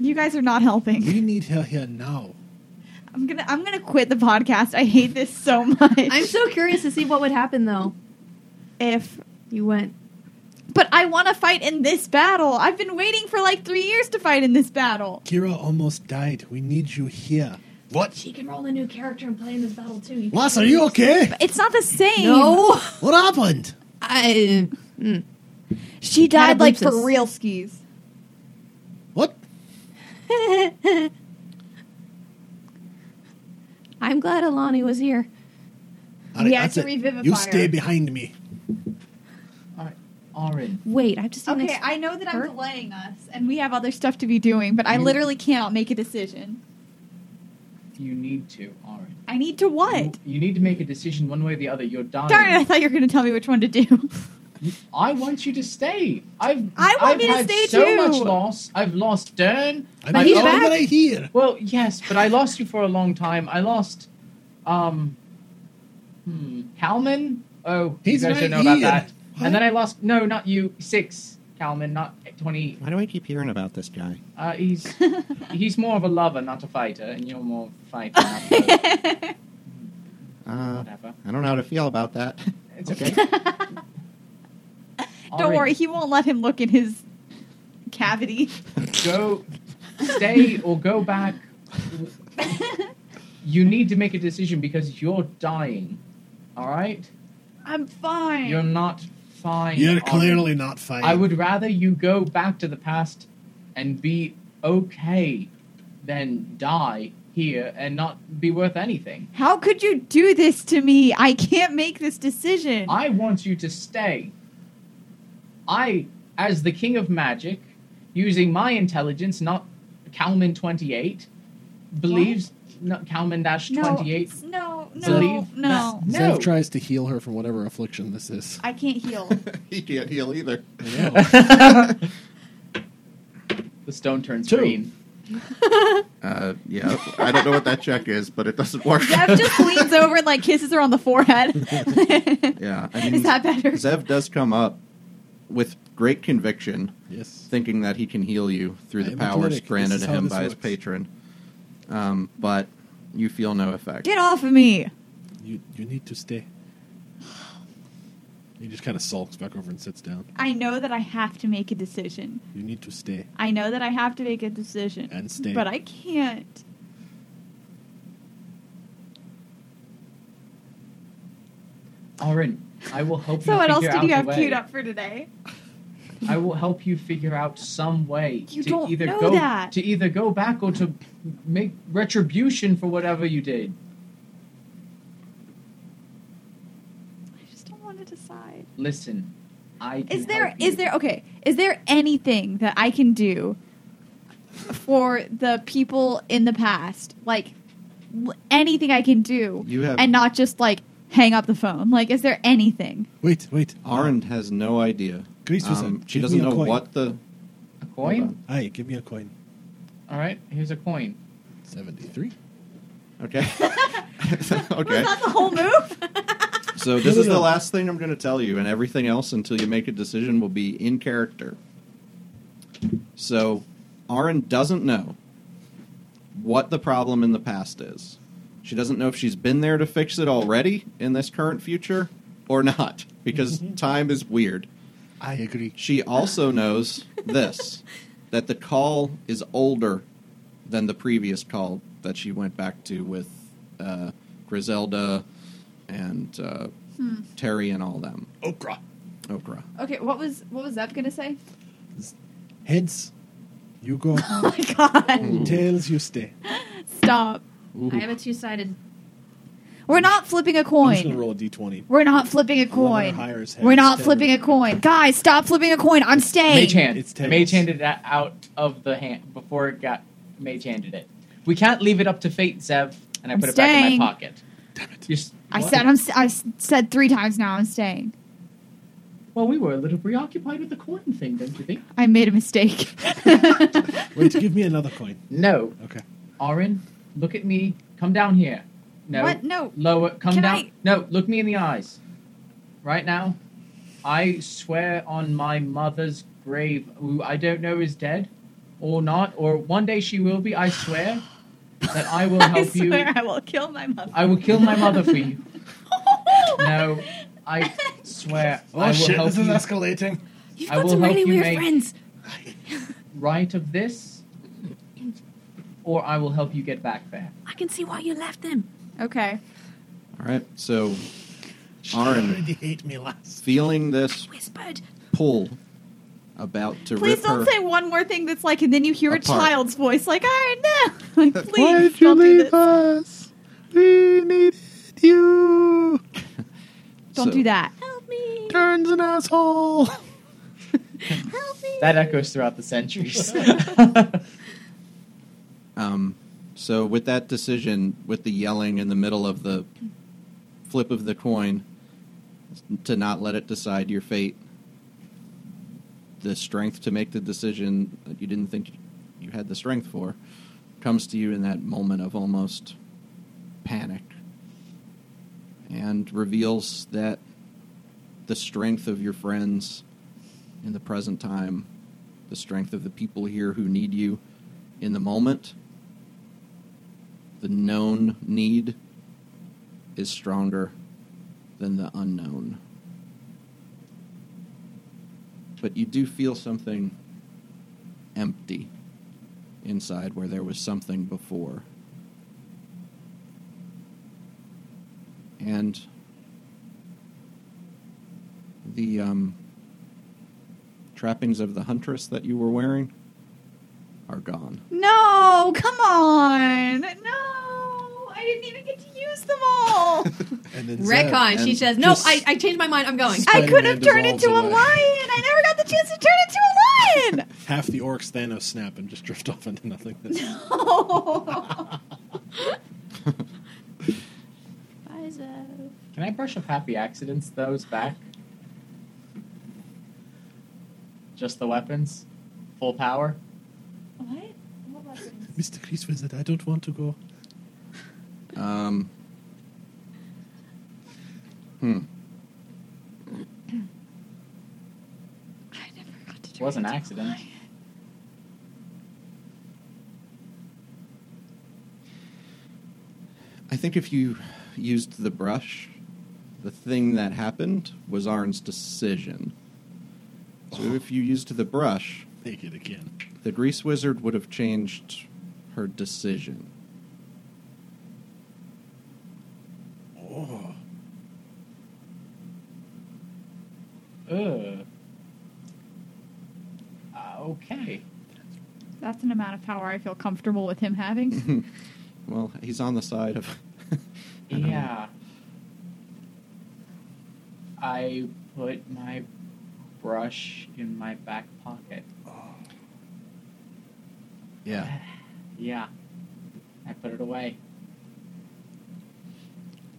Speaker 4: You guys are not helping.
Speaker 7: We need her here now.
Speaker 4: I'm gonna. I'm gonna quit the podcast. I hate this so much.
Speaker 1: I'm so curious to see what would happen though.
Speaker 4: if.
Speaker 1: You went.
Speaker 4: But I want to fight in this battle. I've been waiting for like three years to fight in this battle.
Speaker 7: Kira almost died. We need you here. What?
Speaker 1: She can roll a new character and play in this battle too.
Speaker 7: Lass, are you okay?
Speaker 4: It's not the same.
Speaker 1: No,
Speaker 7: What happened?
Speaker 1: I. mm.
Speaker 4: She died like for
Speaker 1: Catablipsis.
Speaker 4: real skis.
Speaker 7: What?
Speaker 1: I'm glad Alani was here.
Speaker 7: All right,
Speaker 4: Yeah,
Speaker 7: that's
Speaker 4: to
Speaker 7: it.
Speaker 4: revivify
Speaker 7: You
Speaker 4: her.
Speaker 7: stay behind me.
Speaker 5: Aaron,
Speaker 1: Wait, I have to see
Speaker 4: Okay,
Speaker 1: next.
Speaker 4: I know that
Speaker 1: Her?
Speaker 4: I'm delaying us and we have other stuff to be doing, but I literally cannot make a decision.
Speaker 5: you need to, Aaron.
Speaker 4: I need to what?
Speaker 5: You, you need to make a decision one way or the other. You're dying.
Speaker 4: Darn it, I thought you were going to tell me which one to do.
Speaker 5: I want you to stay. I've
Speaker 4: I want
Speaker 5: I've
Speaker 4: me to
Speaker 5: had
Speaker 4: stay
Speaker 5: so
Speaker 4: too.
Speaker 5: much loss. I've lost Dern.
Speaker 7: I'm
Speaker 5: But
Speaker 1: he's
Speaker 7: all
Speaker 1: back.
Speaker 7: that I hear.
Speaker 5: Well, yes, but I lost you for a long time. I lost, um, hmm, Kalman. Oh,
Speaker 7: He's
Speaker 5: you guys
Speaker 7: right
Speaker 5: don't know about
Speaker 7: here.
Speaker 5: that.
Speaker 7: What?
Speaker 5: And then I lost. No, not you. Six Kalman, not twenty.
Speaker 2: Why do I keep hearing about this guy?
Speaker 5: Uh, he's he's more of a lover, not a fighter, and you're more of a fighter. Not a-
Speaker 2: Uh,
Speaker 5: whatever.
Speaker 2: I don't know how to feel about that.
Speaker 5: It's okay.
Speaker 4: Don't
Speaker 5: Alright,
Speaker 4: worry, he won't let him look in his cavity.
Speaker 5: Go, stay, or go back. You need to make a decision because you're dying. All right,
Speaker 4: I'm fine.
Speaker 5: you're not fine.
Speaker 7: You're
Speaker 5: Alright.
Speaker 7: clearly not fine.
Speaker 5: I would rather you go back to the past and be okay then die here and not be worth anything.
Speaker 4: How could you do this to me? I can't make this decision.
Speaker 5: I want you to stay. I, as the king of magic, using my intelligence, not Kalman 28, believes, not Kalman dash
Speaker 11: No,
Speaker 5: 28,
Speaker 11: No, no,
Speaker 5: believe
Speaker 11: no.
Speaker 5: that-
Speaker 6: Zev
Speaker 5: no.
Speaker 6: tries to heal her from whatever affliction this is.
Speaker 11: I can't heal.
Speaker 2: he can't heal either.
Speaker 5: the stone turns
Speaker 6: Two.
Speaker 5: green.
Speaker 2: Uh, yeah, I don't know what that check is, but it doesn't work.
Speaker 4: Zev just leans over and like kisses her on the forehead.
Speaker 2: yeah, I mean,
Speaker 4: Is that better?
Speaker 2: Zev does come up with great conviction,
Speaker 6: Yes.
Speaker 2: thinking that he can heal you through
Speaker 6: I
Speaker 2: the
Speaker 6: am
Speaker 2: powers
Speaker 6: athletic.
Speaker 2: granted
Speaker 6: This
Speaker 2: to
Speaker 6: is how
Speaker 2: him
Speaker 6: this
Speaker 2: by his
Speaker 6: works.
Speaker 2: patron. Um, but you feel no effect.
Speaker 4: Get off of me.
Speaker 6: You you need to stay. He just kind of sulks back over and sits down.
Speaker 4: I know that I have to make a decision.
Speaker 6: You need to stay.
Speaker 4: I know that I have to make a decision.
Speaker 6: And stay.
Speaker 4: But I can't.
Speaker 5: Aurin, I will help
Speaker 4: So
Speaker 5: you
Speaker 4: what
Speaker 5: figure
Speaker 4: else
Speaker 5: out
Speaker 4: did you
Speaker 5: a
Speaker 4: have
Speaker 5: way.
Speaker 4: queued up for today?
Speaker 5: I will help you figure out some way
Speaker 4: You
Speaker 5: to
Speaker 4: don't
Speaker 5: either
Speaker 4: know
Speaker 5: go
Speaker 4: that.
Speaker 5: to either go back or to make retribution for whatever you did.
Speaker 4: I just don't want to decide.
Speaker 5: Listen, I can
Speaker 4: Is there
Speaker 5: help you.
Speaker 4: is there okay, is there anything that I can do for the people in the past? Like l- anything I can do
Speaker 2: You have
Speaker 4: and not just like hang up the phone. Like is there anything?
Speaker 6: Wait, wait.
Speaker 2: Arend has no idea.
Speaker 6: Greece was
Speaker 2: Um,
Speaker 6: a-
Speaker 2: she
Speaker 6: give
Speaker 2: doesn't
Speaker 6: me a
Speaker 2: know
Speaker 6: coin.
Speaker 2: what the
Speaker 5: a coin?
Speaker 6: Aye, give me a coin.
Speaker 5: All right, here's a coin.
Speaker 6: 73.
Speaker 2: Okay. okay.
Speaker 4: That's the whole move?
Speaker 2: So
Speaker 6: No,
Speaker 2: this
Speaker 6: no,
Speaker 2: is the
Speaker 6: no.
Speaker 2: last thing I'm going to tell you, and everything else until you make a decision will be in character. So, Arin doesn't know what the problem in the past is. She doesn't know if she's been there to fix it already in this current future or not, because
Speaker 6: Mm-hmm.
Speaker 2: time is weird.
Speaker 6: I agree.
Speaker 2: She also knows this that the call is older than the previous call that she went back to with uh, Griselda and uh,
Speaker 4: Hmm.
Speaker 2: Terry and all them.
Speaker 6: Okra.
Speaker 2: Okra.
Speaker 4: Okay, what was what was Zev gonna say?
Speaker 6: Heads, you go.
Speaker 4: Oh my god.
Speaker 6: Tails, you stay.
Speaker 4: Stop.
Speaker 1: I have a two sided.
Speaker 4: We're not flipping a
Speaker 6: I'm just going to
Speaker 4: coin.
Speaker 6: roll a d20.
Speaker 4: We're not flipping a
Speaker 6: Whoever
Speaker 4: coin.
Speaker 6: hires heads,
Speaker 4: We're not
Speaker 6: tails.
Speaker 4: flipping a coin. Guys, stop flipping a coin. I'm staying.
Speaker 5: Mage hand.
Speaker 6: It's
Speaker 5: It's
Speaker 6: tails.
Speaker 5: mage handed that out of the hand before it got mage handed it. We can't leave it up to fate, Zev. And I
Speaker 4: I'm
Speaker 5: put it back in
Speaker 4: staying.
Speaker 5: my pocket. Damn it!
Speaker 4: I said I'm st- I s- said three times now I'm staying.
Speaker 5: Well, we were a little preoccupied with the coin thing, don't you think?
Speaker 4: I made a mistake.
Speaker 6: Wait, give me another coin.
Speaker 5: No,
Speaker 6: Okay.
Speaker 5: Aurin, look at me. Come down here. No.
Speaker 11: What? No.
Speaker 5: Lower. Come
Speaker 11: Can
Speaker 5: down.
Speaker 11: I-
Speaker 5: No, look me in the eyes. Right now, I swear on my mother's grave, who I don't know is dead or not, or one day she will be, I swear, that I will help you.
Speaker 4: I will kill my mother.
Speaker 5: I will kill my mother for you. No, I swear.
Speaker 6: Oh,
Speaker 5: I will help you.
Speaker 12: escalating.
Speaker 1: You've
Speaker 5: I
Speaker 1: got
Speaker 5: will
Speaker 1: some
Speaker 5: help
Speaker 1: really
Speaker 5: you
Speaker 1: weird
Speaker 5: make-
Speaker 1: friends.
Speaker 5: right of this, or I will help you get back there.
Speaker 1: I can see why you left them.
Speaker 4: Okay.
Speaker 2: All right. So, Arin,
Speaker 12: Already hate me last.
Speaker 2: feeling this
Speaker 1: Whispered.
Speaker 2: pull about to
Speaker 4: Please
Speaker 2: rip
Speaker 4: don't
Speaker 2: her.
Speaker 4: say one more thing that's like, and then you hear a
Speaker 2: Apart.
Speaker 4: child's voice like, "I no!" Like, please don't do this.
Speaker 6: us? We needed you.
Speaker 4: Don't do that.
Speaker 1: Help me.
Speaker 6: Turns an asshole.
Speaker 5: That echoes throughout the centuries.
Speaker 2: Um, so with that decision, with the yelling in the middle of the flip of the coin, to not let it decide your fate, the strength to make the decision that you didn't think you had the strength for comes to you in that moment of almost panic and reveals that the strength of your friends in the present time, the strength of the people here who need you in the moment, the known need is stronger than the unknown. But you do feel something empty inside where there was something before. And the um, trappings of the huntress that you were wearing are gone.
Speaker 4: No, come on. No, I didn't even get to use them all.
Speaker 6: And then
Speaker 1: Retcon.
Speaker 2: and
Speaker 1: She says, "Nope,
Speaker 6: just-
Speaker 1: I, I changed my mind. I'm going."
Speaker 4: I
Speaker 6: Spider-Man
Speaker 4: could have turned
Speaker 6: dissolves
Speaker 4: into a
Speaker 6: away.
Speaker 4: lion. I never got the chance to turn into a lion.
Speaker 6: Zeb, half the orcs Thanos snap and just drift off into nothingness.
Speaker 1: Bye, Zev.
Speaker 5: Can I brush up happy accidents those back? Just the weapons? Full power?
Speaker 4: what? What was it?
Speaker 6: Mr. Chris Wizard, I don't want to go.
Speaker 2: Um, hmm.
Speaker 4: I never got to
Speaker 5: It
Speaker 4: turn
Speaker 5: was an
Speaker 4: into a
Speaker 5: accident.
Speaker 4: lion.
Speaker 2: I think if you used the brush, the thing that happened was Arn's decision. So if you used the brush,
Speaker 6: Take it again.
Speaker 2: the grease wizard would have changed her decision.
Speaker 6: Oh,
Speaker 5: Ugh. Uh, okay.
Speaker 13: That's an amount of power I feel comfortable with him having.
Speaker 2: well, he's on the side of. I don't know.
Speaker 5: Yeah. I put my brush in my back pocket.
Speaker 2: Yeah.
Speaker 5: Yeah. I put it away.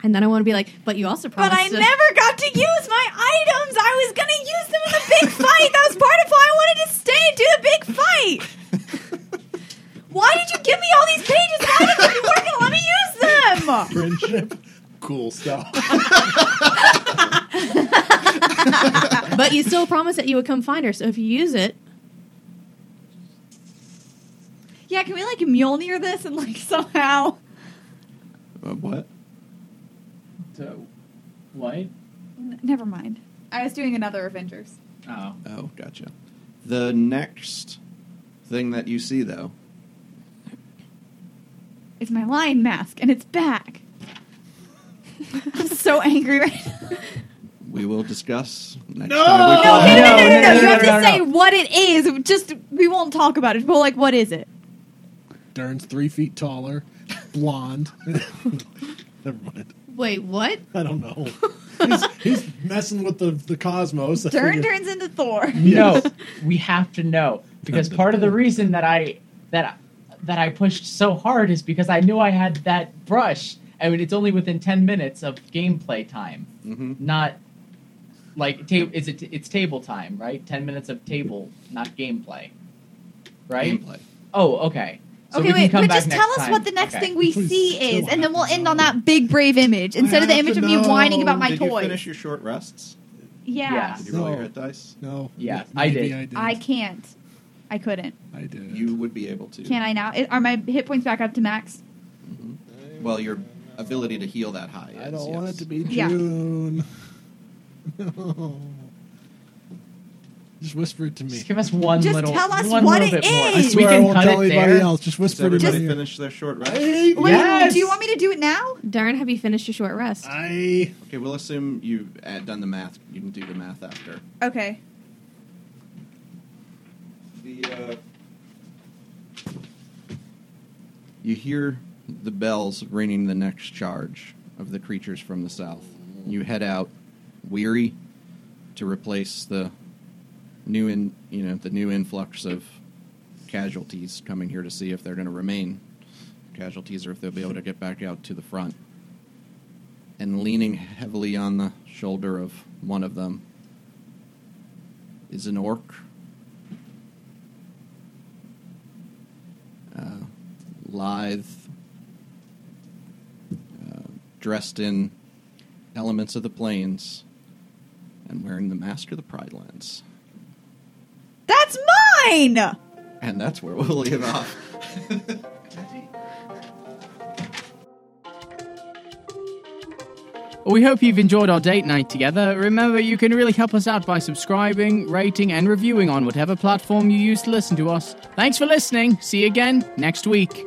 Speaker 1: And then I want to be like, "But you also
Speaker 4: But
Speaker 1: promised."
Speaker 4: I
Speaker 1: to-"
Speaker 4: never got to use my items. I was going to use them in the big fight. That was part of why I wanted to stay and do the big fight. Why did you give me all these pages? Now that they're working, let me use them.
Speaker 6: friendship, cool stuff.
Speaker 1: But you still promised that you would come find her. So if you use it,
Speaker 4: Yeah, can we like Mjolnir this and like somehow?
Speaker 2: Uh, what?
Speaker 5: So, what?
Speaker 4: N- never mind. I was doing another Avengers.
Speaker 5: Oh.
Speaker 2: Oh, gotcha. The next thing that you see, though,
Speaker 13: It's my lion mask, and it's back.
Speaker 4: I'm so angry right now.
Speaker 2: we will discuss next time we play.
Speaker 4: No, no, no, no,
Speaker 5: no, no,
Speaker 4: no. You
Speaker 5: no,
Speaker 4: have
Speaker 5: no,
Speaker 4: to
Speaker 5: no.
Speaker 4: say what it is. Just we won't talk about it. But like, what is it?
Speaker 6: Dern's three feet taller, blonde. Never mind.
Speaker 1: wait, what?
Speaker 6: I don't know. He's, he's messing with the, the cosmos. I
Speaker 4: Dern
Speaker 6: figured-
Speaker 4: turns into Thor.
Speaker 5: No, we have to know because part of the reason that I that that I pushed so hard is because I knew I had that brush. I mean, it's only within ten minutes of gameplay time,
Speaker 2: Mhm.
Speaker 5: not like ta- is it it's table time, right? Ten minutes of table, not gameplay, right?
Speaker 2: Gameplay.
Speaker 5: Oh, okay. So
Speaker 4: okay,
Speaker 5: we can
Speaker 4: wait,
Speaker 5: come
Speaker 4: but
Speaker 5: back
Speaker 4: just
Speaker 5: next
Speaker 4: tell us
Speaker 5: time.
Speaker 4: what the next
Speaker 5: Okay.
Speaker 4: thing we
Speaker 6: Please
Speaker 4: see
Speaker 6: still
Speaker 4: is, and then we'll
Speaker 6: have to
Speaker 4: end on
Speaker 6: know.
Speaker 4: that big brave image instead of the
Speaker 6: have
Speaker 4: image
Speaker 6: to
Speaker 4: of me whining
Speaker 6: know.
Speaker 4: about my
Speaker 2: Did you
Speaker 4: toys.
Speaker 2: finish your short rests?
Speaker 4: yeah.
Speaker 5: Yeah.
Speaker 2: Did you roll
Speaker 6: No.
Speaker 2: your hit dice?
Speaker 6: No.
Speaker 5: Yeah,
Speaker 6: maybe
Speaker 5: I did.
Speaker 6: I did.
Speaker 4: I can't. I couldn't.
Speaker 6: I did.
Speaker 2: You would be able to.
Speaker 4: Can I now? I- Are my hit points back up to max?
Speaker 2: Well, your ability to heal that high.
Speaker 6: I
Speaker 2: is,
Speaker 6: don't
Speaker 2: yes.
Speaker 6: want it to be
Speaker 4: Yeah.
Speaker 6: June. No. Just whisper it to me.
Speaker 5: Just give us one
Speaker 4: Just
Speaker 5: little.
Speaker 4: tell us
Speaker 5: one
Speaker 4: what
Speaker 5: little
Speaker 4: it
Speaker 5: bit more.
Speaker 4: is.
Speaker 6: I
Speaker 4: We
Speaker 6: swear I
Speaker 5: can
Speaker 6: won't
Speaker 5: cut
Speaker 6: tell
Speaker 5: it
Speaker 6: anybody
Speaker 5: there.
Speaker 6: else. Just
Speaker 2: Does
Speaker 6: whisper to
Speaker 2: everybody
Speaker 6: me.
Speaker 2: finish their short rest?
Speaker 6: I,
Speaker 4: Wait,
Speaker 5: Yes!
Speaker 4: do you want me to do it now?
Speaker 1: Darn, have you finished your short rest?
Speaker 6: I
Speaker 2: Okay, we'll assume you've uh, done the math. You can do the math after.
Speaker 4: Okay.
Speaker 14: The, uh,
Speaker 2: You hear the bells ringing the next charge of the creatures from the south. You head out, weary, to replace the new in you know the new influx of casualties coming here to see if they're going to remain casualties or if they'll be able to get back out to the front. And leaning heavily on the shoulder of one of them is an orc. Uh, lithe, uh, dressed in elements of the plains, and wearing the mask of the Pride Lands.
Speaker 4: That's mine!
Speaker 2: And that's where we'll leave off.
Speaker 15: We hope you've enjoyed our date night together. Remember, you can really help us out by subscribing, rating, and reviewing on whatever platform you use to listen to us. Thanks for listening. See you again next week.